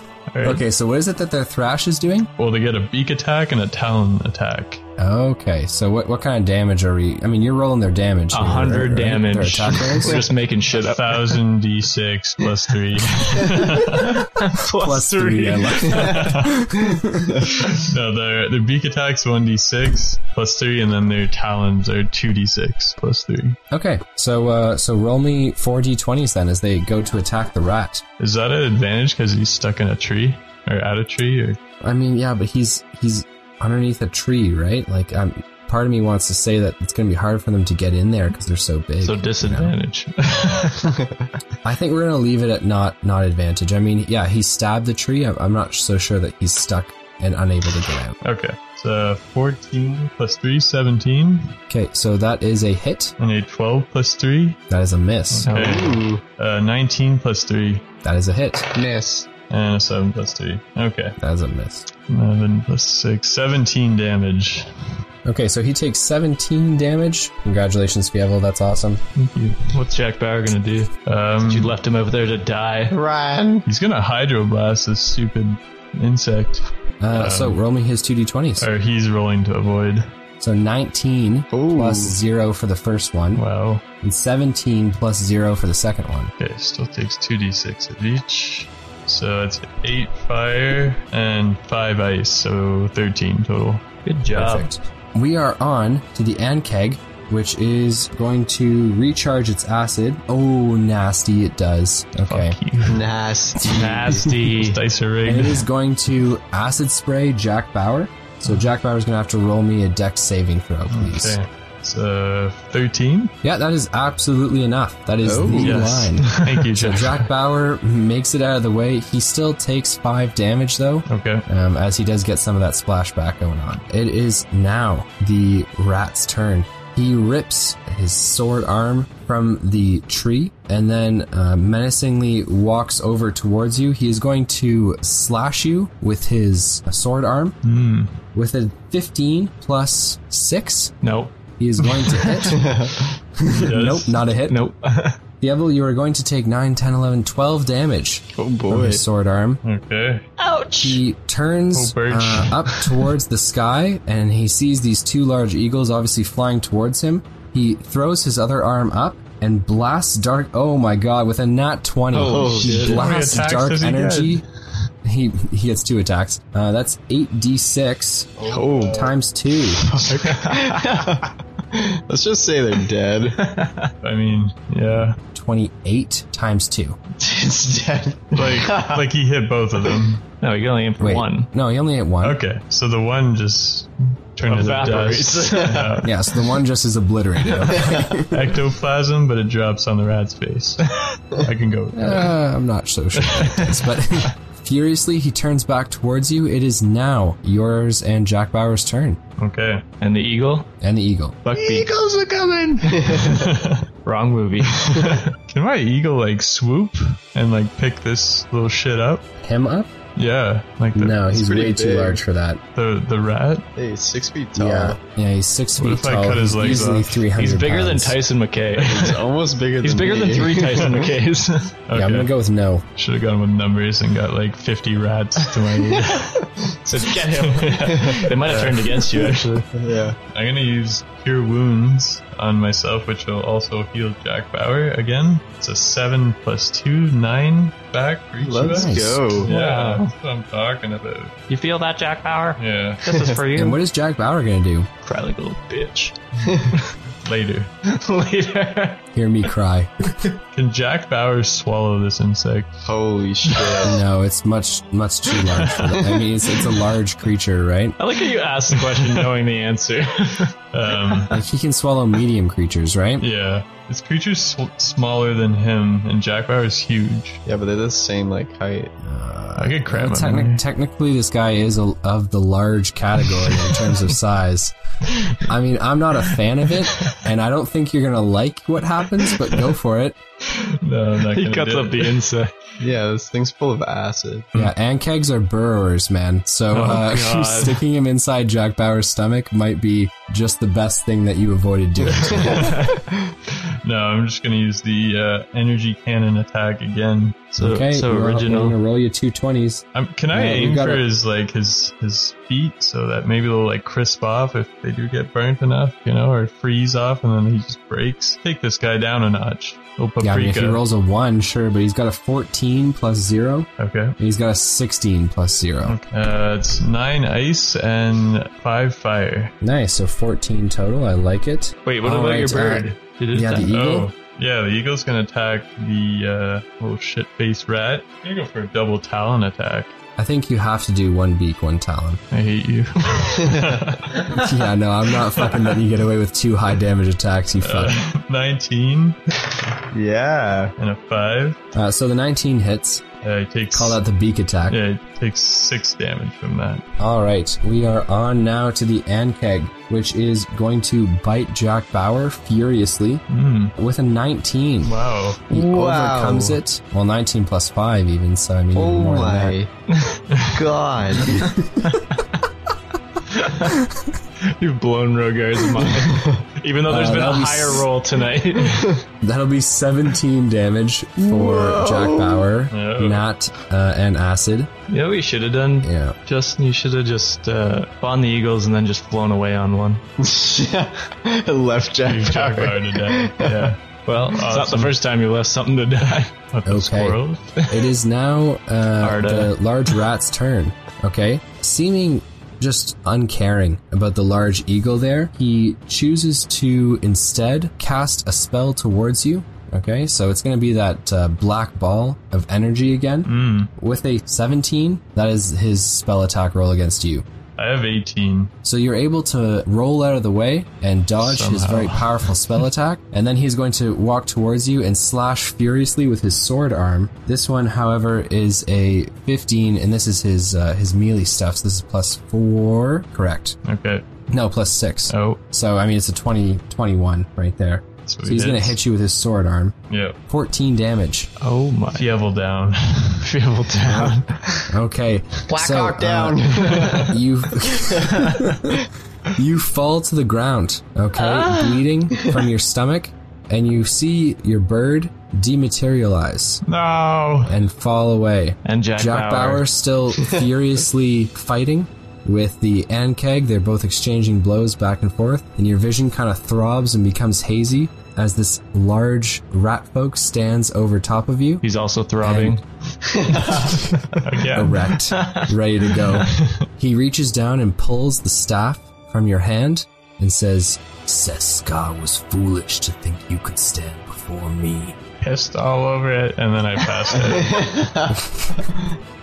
S4: Alright.
S2: Okay, so what is it that their thrash is doing?
S4: Well, they get a beak attack and a talon attack.
S2: Okay, so what, what kind of damage are we? I mean, you're rolling their damage.
S5: A
S2: here,
S5: hundred
S2: right? Their
S5: damage.
S2: attack rolls?
S5: Just making shit up.
S4: 1000d6 plus 3.
S2: Plus three. I like that.
S4: No, their their beak attacks one d six plus three, and then their talons are two d six plus three.
S2: Okay, so uh, so roll me four d20s then as they go to attack the rat.
S4: Is that an advantage because he's stuck in a tree or at a tree? Or
S2: I mean, yeah, but he's he's underneath a tree, right? Like, um, part of me wants to say that it's going to be hard for them to get in there because they're so big.
S4: so disadvantage.
S2: I think we're going to leave it at not not advantage. I mean, yeah, he stabbed the tree. I'm, I'm not so sure that he's stuck and unable to get out.
S4: okay, so fourteen plus three, 17,
S2: Okay, so that is a hit.
S4: and a twelve plus three,
S2: That is a miss.
S4: okay,
S3: Ooh,
S4: uh, nineteen plus three,
S2: That is a hit.
S3: miss.
S4: and a seven plus three. Okay,
S2: That is a miss.
S4: eleven plus six, 17 damage.
S2: Okay, so he takes 17 damage. Congratulations, Fievel. That's awesome.
S5: What's Jack Bauer gonna do?
S4: Um,
S5: You left him over there to die.
S3: Run.
S4: he's gonna hydroblast this stupid insect,
S2: Uh, so roll me his 2d20s.
S4: or he's rolling to avoid.
S2: So 19
S3: Ooh.
S2: plus 0 for the first one,
S4: Wow.
S2: and 17 plus 0 for the second one.
S4: Okay, still takes 2d6 of each. So it's 8 fire and 5 ice, so 13 total.
S5: Good job.
S2: Perfect. Um, We are on to the Ankeg, which is going to recharge its acid. Oh, nasty, it does. Okay.
S4: Fuck you.
S3: Nasty.
S5: Nasty.
S4: Dice are
S2: And it
S4: rigged.
S2: is going to acid spray Jack Bauer. So Jack Bauer's going to have to roll me a dex saving throw, please.
S4: Okay. So 13?
S2: Yeah, that is absolutely enough. That is
S3: Oh,
S2: the
S4: Yes.
S2: line.
S4: Thank you, Jeff.
S2: Jack Bauer makes it out of the way. He still takes five damage, though.
S4: Okay.
S2: um, as he does get some of that splashback going on. It is now the rat's turn. He rips his sword arm from the tree and then uh, menacingly walks over towards you. He is going to slash you with his sword arm.
S3: Hmm.
S2: With a 15 plus 6,
S5: Nope.
S2: he is going to hit. nope, not a hit.
S5: Nope.
S2: Devil, you are going to take 9, 10, 11, 12 damage
S3: Oh
S2: from
S3: boy.
S2: his sword arm.
S4: Okay.
S2: He turns
S4: Oh, birch.
S2: uh, up towards the sky and he sees these two large eagles obviously flying towards him. He throws his other arm up and blasts dark. Oh my god, with a nat 20.
S3: Oh,
S2: he
S3: shit.
S2: blasts
S4: How many attacks
S2: dark
S4: does he
S2: energy. He, he gets two attacks. Uh, that's 8d6
S3: Oh.
S2: times 2.
S3: Let's just say they're dead.
S4: I mean, yeah.
S2: 28 times 2.
S3: it's dead.
S4: Like, like he hit both of them.
S5: No, you can only aim for
S2: Wait.
S5: one.
S2: No, he only hit one.
S4: Okay. So the one just turned into
S5: Evaporates.
S4: dust. Yeah.
S2: Yeah, so the one just is obliterated.
S4: Ectoplasm, but it drops on the rat's face. I can go with that.
S2: Uh, I'm not so sure what it is, but furiously he turns back towards you. It is now yours and Jack Bauer's turn,
S4: Okay.
S5: And the eagle?
S2: and the eagle.
S5: Buckbeak.
S3: Eagles are coming.
S5: Wrong movie.
S4: Can my eagle like swoop and like pick this little shit up?
S2: Him up?
S4: Yeah, like the
S2: No, he's
S3: pretty
S2: way too
S3: big.
S2: large for that.
S4: the, the rat.
S3: hey, six feet tall.
S2: Yeah, yeah, he's six feet
S4: if I
S2: tall.
S4: cut his
S2: He's
S4: legs
S2: easily
S4: off?
S2: 300
S5: He's bigger than
S2: pounds.
S5: Tyson McKay.
S3: It's almost bigger
S5: He's
S3: than
S5: bigger than
S3: me.
S5: three Tyson McKays.
S4: Okay.
S2: Yeah, I'm gonna go with no.
S4: Should have gone with numbers and got like 50 rats to my aid.
S5: so get him. they might have turned against you, actually.
S3: Yeah.
S4: I'm gonna use Cure Wounds on myself, which will also heal Jack Bauer again. It's a 7 plus 2, 9 back for each
S3: Let's
S4: of us.
S3: go.
S4: Yeah, that's what I'm talking about.
S1: You feel that, Jack Bauer?
S4: Yeah,
S1: This is for
S2: And
S1: you.
S2: what is Jack Bauer gonna do?
S1: Cry like a little bitch.
S4: later.
S1: Later.
S2: Hear me cry.
S4: Can Jack Bauer swallow this insect?
S3: Holy shit.
S2: No, it's much much too large. For that. I mean, it's, it's a large creature, right?
S1: I like how you asked the question knowing the answer.
S4: Um,
S2: Like he can swallow medium creatures, right?
S4: yeah. This creature's sw- smaller than him, and Jack Bauer is huge.
S3: Yeah, but they're the same like height.
S4: I could cram him.
S2: Well, technic- technically, this guy is a, of the large category in terms of size. I mean, I'm not a fan of it, and I don't think you're gonna like what happens, but go for it.
S4: No, I'm not
S1: he
S4: gonna
S1: cuts
S4: do
S1: up
S4: it.
S1: the insect.
S3: Yeah, this thing's full of acid.
S2: Yeah, and kegs are burrowers, man. So uh,
S1: Hmm. Oh, God.
S2: sticking him inside Jack Bauer's stomach might be just the best thing that you avoided doing.
S4: No, I'm just gonna use the uh, energy cannon attack again.
S1: So,
S2: okay,
S1: so
S2: you're- You're
S1: original.
S2: gonna roll your two twenties.
S4: Um, can I
S2: Yeah, you
S4: aim
S2: gotta-
S4: for his like his his feet so that maybe they'll like crisp off if they do get burnt enough, you know, or freeze off and then he just breaks? Take this guy down a notch. Oh, paprika.
S2: Yeah, I mean, if he rolls a one, sure, but he's got a fourteen plus zero,
S4: okay.
S2: and he's got a sixteen plus zero.
S4: Uh, it's nine ice and five fire.
S1: Hmm.
S2: Nice, so fourteen total. I like it.
S1: Wait, what
S2: All
S1: about your
S2: right, uh,
S1: bird? Did it
S2: yeah, the
S1: attack?
S2: eagle.
S4: Oh, yeah, the eagle's gonna attack the uh, little shit faced rat. I'm gonna go for a double talon attack.
S2: I think you have to do one beak, one talon.
S4: I hate you.
S2: yeah, no, I'm not fucking letting you get away with two high damage attacks, you fuck.
S4: Uh, 19
S3: Yeah.
S4: and a 5.
S2: Uh, so the 19 hits.
S4: Uh, it takes,
S2: Call out the beak attack.
S4: yeah, it takes 6 damage from that.
S2: All right, we are on now to the Ankeg, which is going to bite Jack Bauer furiously
S4: Mm,
S2: with a 19.
S4: wow.
S2: He
S3: Wow.
S2: overcomes it. Well, 19 plus 5 even, so I mean even
S3: Oh
S2: more than that.
S3: my god.
S1: You've blown Rogar's mind. Even though there's
S2: Uh,
S1: been a
S2: that'll be s-
S1: higher roll tonight.
S2: That'll be 17 damage for Jack Bauer,
S4: No.
S2: Nat, uh, and Acid.
S1: you know what you should have done?
S2: Yeah.
S1: Justin, you should have just uh, spawned the eagles and then just flown away on one.
S3: Yeah. Left
S4: You took
S3: Jack Bauer.
S4: hard to die. Yeah.
S1: Well, it's not the
S4: Awesome.
S1: first time you left something to die.
S4: What, the
S2: Okay.
S4: squirrels?
S2: It is now uh,
S1: Arda.
S2: the large rat's turn. Okay, seeming just uncaring about the large eagle there, he chooses to instead cast a spell towards you. Okay, so it's going to be that uh, black ball of energy again
S4: Mm,
S2: with a 17. That is his spell attack roll against you.
S4: I have 18.
S2: So you're able to roll out of the way and dodge his
S4: Somehow.
S2: very powerful spell attack, and then he's going to walk towards you and slash furiously with his sword arm. This one, however, is a 15, and this is his uh, his melee stuff. So this is plus four, correct?
S4: Okay.
S2: No, plus six.
S4: Oh,
S2: So I mean, it's a 20, 21 right there.
S4: so,
S2: So he's going to hit you with his sword arm.
S4: Yeah.
S2: 14 damage.
S1: Oh my.
S4: Fievel down.
S1: Fievel down.
S2: Okay. Black
S3: Hawk down.
S2: you you fall to the ground, okay,
S3: Ah.
S2: bleeding from your stomach, and you see your bird dematerialize
S4: no.
S2: and fall away.
S1: And Jack,
S2: Jack Bauer,
S1: Bauer.
S2: still furiously fighting with the Ankeg. They're both exchanging blows back and forth, and your vision kind of throbs and becomes hazy as this large rat folk stands over top of you,
S1: He's also throbbing.
S4: Again.
S2: erect, ready to go. He reaches down and pulls the staff from your hand and says, Seska was foolish to think you could stand before me.
S4: Pissed all over it, and then I passed it.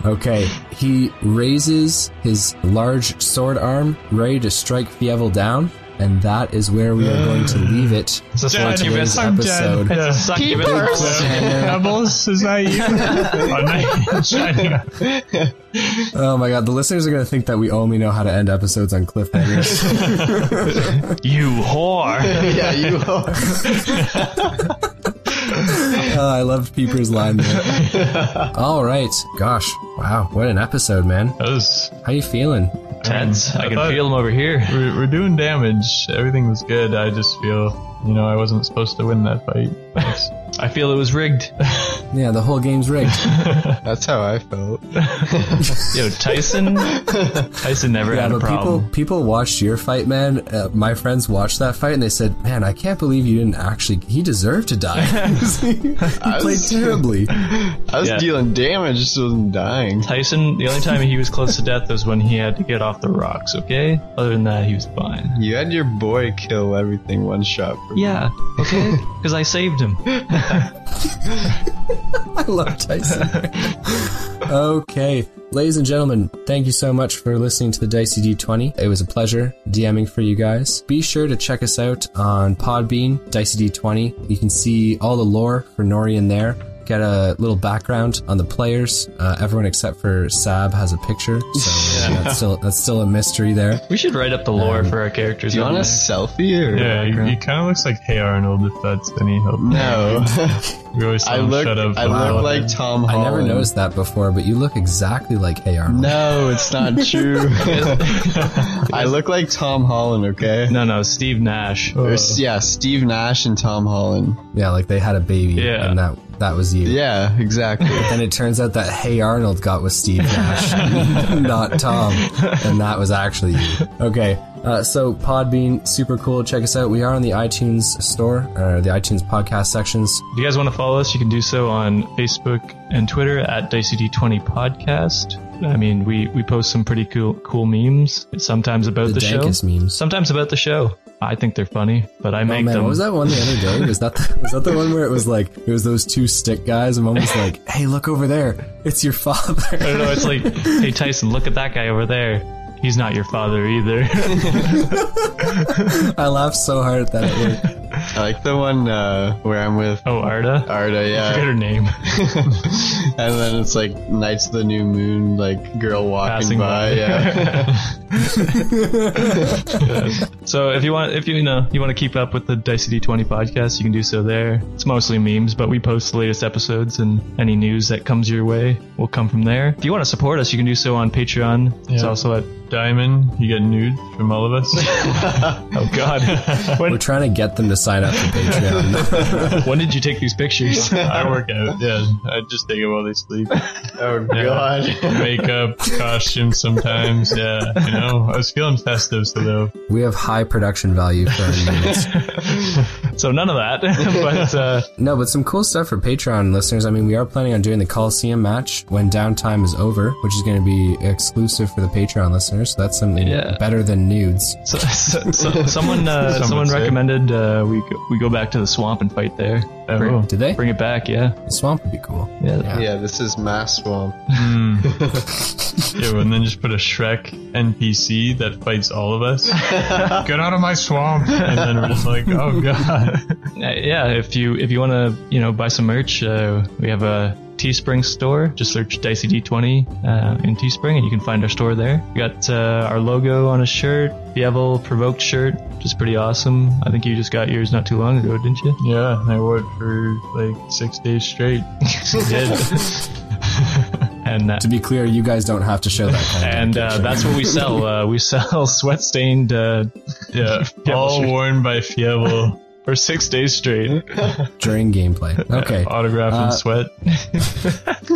S2: Okay, he raises his large sword arm, ready to strike Fievel down, and that is where we are going to leave it
S1: It's a
S4: Dead.
S1: succubus.
S2: I'm episode.
S4: Yeah.
S1: It's a succubus.
S4: Pebbles, is that you? Oh,
S2: Oh my god, the listeners are going to think that we only know how to end episodes on cliffhangers.
S1: You whore.
S3: yeah, you are.
S2: Oh, I love Peeper's line there. All right, gosh, wow, what an episode, man.
S4: that was
S2: How you feeling?
S1: Tense. I can
S4: thought-
S1: feel him over here.
S4: We're, we're doing damage. Everything was good. I just feel, you know, I wasn't supposed to win that fight. Thanks.
S1: I feel it was rigged.
S2: Yeah, the whole game's rigged.
S3: That's how I felt.
S1: Yo, Tyson. Tyson never
S2: Yeah,
S1: had a
S2: but people
S1: problem.
S2: people watched your fight, man. Uh, my friends watched that fight and they said, "Man, I can't believe you didn't actually. He deserved to die. he played
S3: was-
S2: terribly."
S3: I was
S1: Yeah.
S3: dealing damage, just wasn't dying.
S1: Tyson, the only time he was close to death was when he had to get off the rocks, okay? Other than that, he was fine.
S3: You had your boy kill everything one shot. For me.
S1: Yeah, okay? Because I saved him.
S2: I love Tyson. okay, ladies and gentlemen, thank you so much for listening to the Dicey D20. It was a pleasure DMing for you guys. Be sure to check us out on Podbean, Dicey D20. You can see all the lore for Nori in there. Get a little background on the players. Uh, everyone except for Sab has a picture, so uh, that's still that's still a mystery there.
S1: We should write up the lore for our characters.
S3: Do you
S1: on
S3: want a
S1: there.
S3: selfie or?
S4: Yeah, he, he kind of looks like Hey Arnold, if that's any help.
S3: No.
S4: We always tell
S3: I
S4: him,
S3: look.
S4: shut up.
S3: I
S4: Arnold."
S3: look like Tom
S2: I
S3: Holland.
S2: never noticed that before, but you look exactly like AR.
S3: No, it's not true. I look like Tom Holland. Okay.
S1: No, no, Steve Nash.
S3: Or s- yeah, Steve Nash and Tom Holland.
S2: Yeah, like they had a baby,
S1: Yeah.
S2: and that that was you.
S3: Yeah, exactly.
S2: And it turns out that Hey Arnold got with Steve Nash, not Tom. And that was actually you. Okay. Uh, so Podbean, super cool. Check us out. We are on the iTunes store, uh, the iTunes podcast sections.
S1: If you guys want to follow us, you can do so on Facebook and Twitter at DiceyD20 Podcast. I mean, we, we post some pretty cool cool memes, sometimes about
S2: The,
S1: the, show,
S2: dankest memes.
S1: sometimes about the show. I think they're funny, but I
S2: Oh
S1: make
S2: man,
S1: them.
S2: what was that one the other day? Was that the, was that the one where it was like it was those two stick guys, and one was like, "Hey, look over there, it's your
S1: I
S2: father."
S1: don't know. It's like, hey Tyson, look at that guy over there. He's not your father either.
S2: I laughed so hard at that. At work.
S3: I like the one uh, where I'm with
S1: oh, Arda.
S3: Arda.
S1: Forget
S3: Yeah,
S1: her name.
S3: and then it's like Knights of the New Moon, like girl walking
S1: Passing
S3: by.
S1: by.
S3: Yeah.
S1: So if you want, if you, you know you want to keep up with the Dicey D20 podcast, you can do so there. It's mostly memes, but we post the latest episodes and any news that comes your way will come from there. If you want to support us, you can do so on Patreon. It's
S4: Yeah.
S1: also at
S4: Diamond, you get nudes from all of us.
S1: oh god,
S2: We're
S1: when
S2: trying to get them to sign up for Patreon.
S1: when did you take these pictures?
S4: I work out. Yeah, I just take it while they sleep.
S3: oh God.
S4: Makeup, costumes sometimes. Yeah, you know, I was feeling festive, so though.
S2: We have high production value for our memes.
S1: so none of that, but uh,
S2: No, but some cool stuff for Patreon listeners. I mean, we are planning on doing the Coliseum match when downtime is over, which is going to be exclusive for the Patreon listeners. So that's something
S1: Yeah.
S2: better than nudes.
S1: so, so, so, someone uh,
S4: Someone
S1: someone
S4: said.
S1: recommended uh, we go, we go back to the swamp and fight there. Uh,
S4: Oh.
S2: Did they?
S1: Bring it back, yeah.
S2: The swamp would be cool.
S1: Yeah.
S3: Yeah, this is Mass Swamp.
S4: Yeah, and then just put a Shrek NPC that fights all of us. Get out of my swamp! And then we're just like, oh god.
S1: Uh, yeah if you if you want to you know buy some merch uh, we have a teespring store just search dicey d20 uh, in teespring and you can find our store there we got uh, our logo on a shirt the Evel provoked shirt which is pretty awesome i think you just got yours not too long ago didn't you
S4: Yeah, and I wore it for like six days straight.
S1: and that
S2: To be clear, you guys don't have to show that kind of
S1: and uh, that's what we sell uh, we sell sweat stained uh,
S4: Yeah,
S1: Yeah,
S4: all
S1: sure.
S4: worn by Fievel.
S1: for six days straight
S2: during gameplay. Okay.
S4: Autographed
S2: Uh,
S4: in sweat.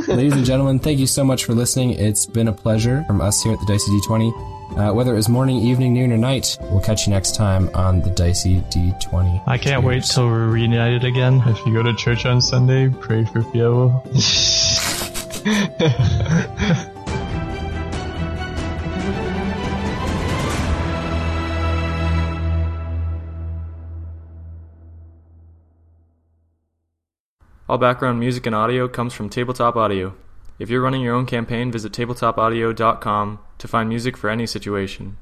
S2: Ladies and gentlemen, thank you so much for listening. It's been a pleasure from us here at the Dicey D20. Uh, whether it was morning, evening, noon, or night, we'll catch you next time on the Dicey D20.
S1: i can't wait till we're reunited again
S4: If you go to church on Sunday, pray for Fievel.
S6: All background music and audio comes from Tabletop Audio. If you're running your own campaign, visit tabletopaudio.com to find music for any situation.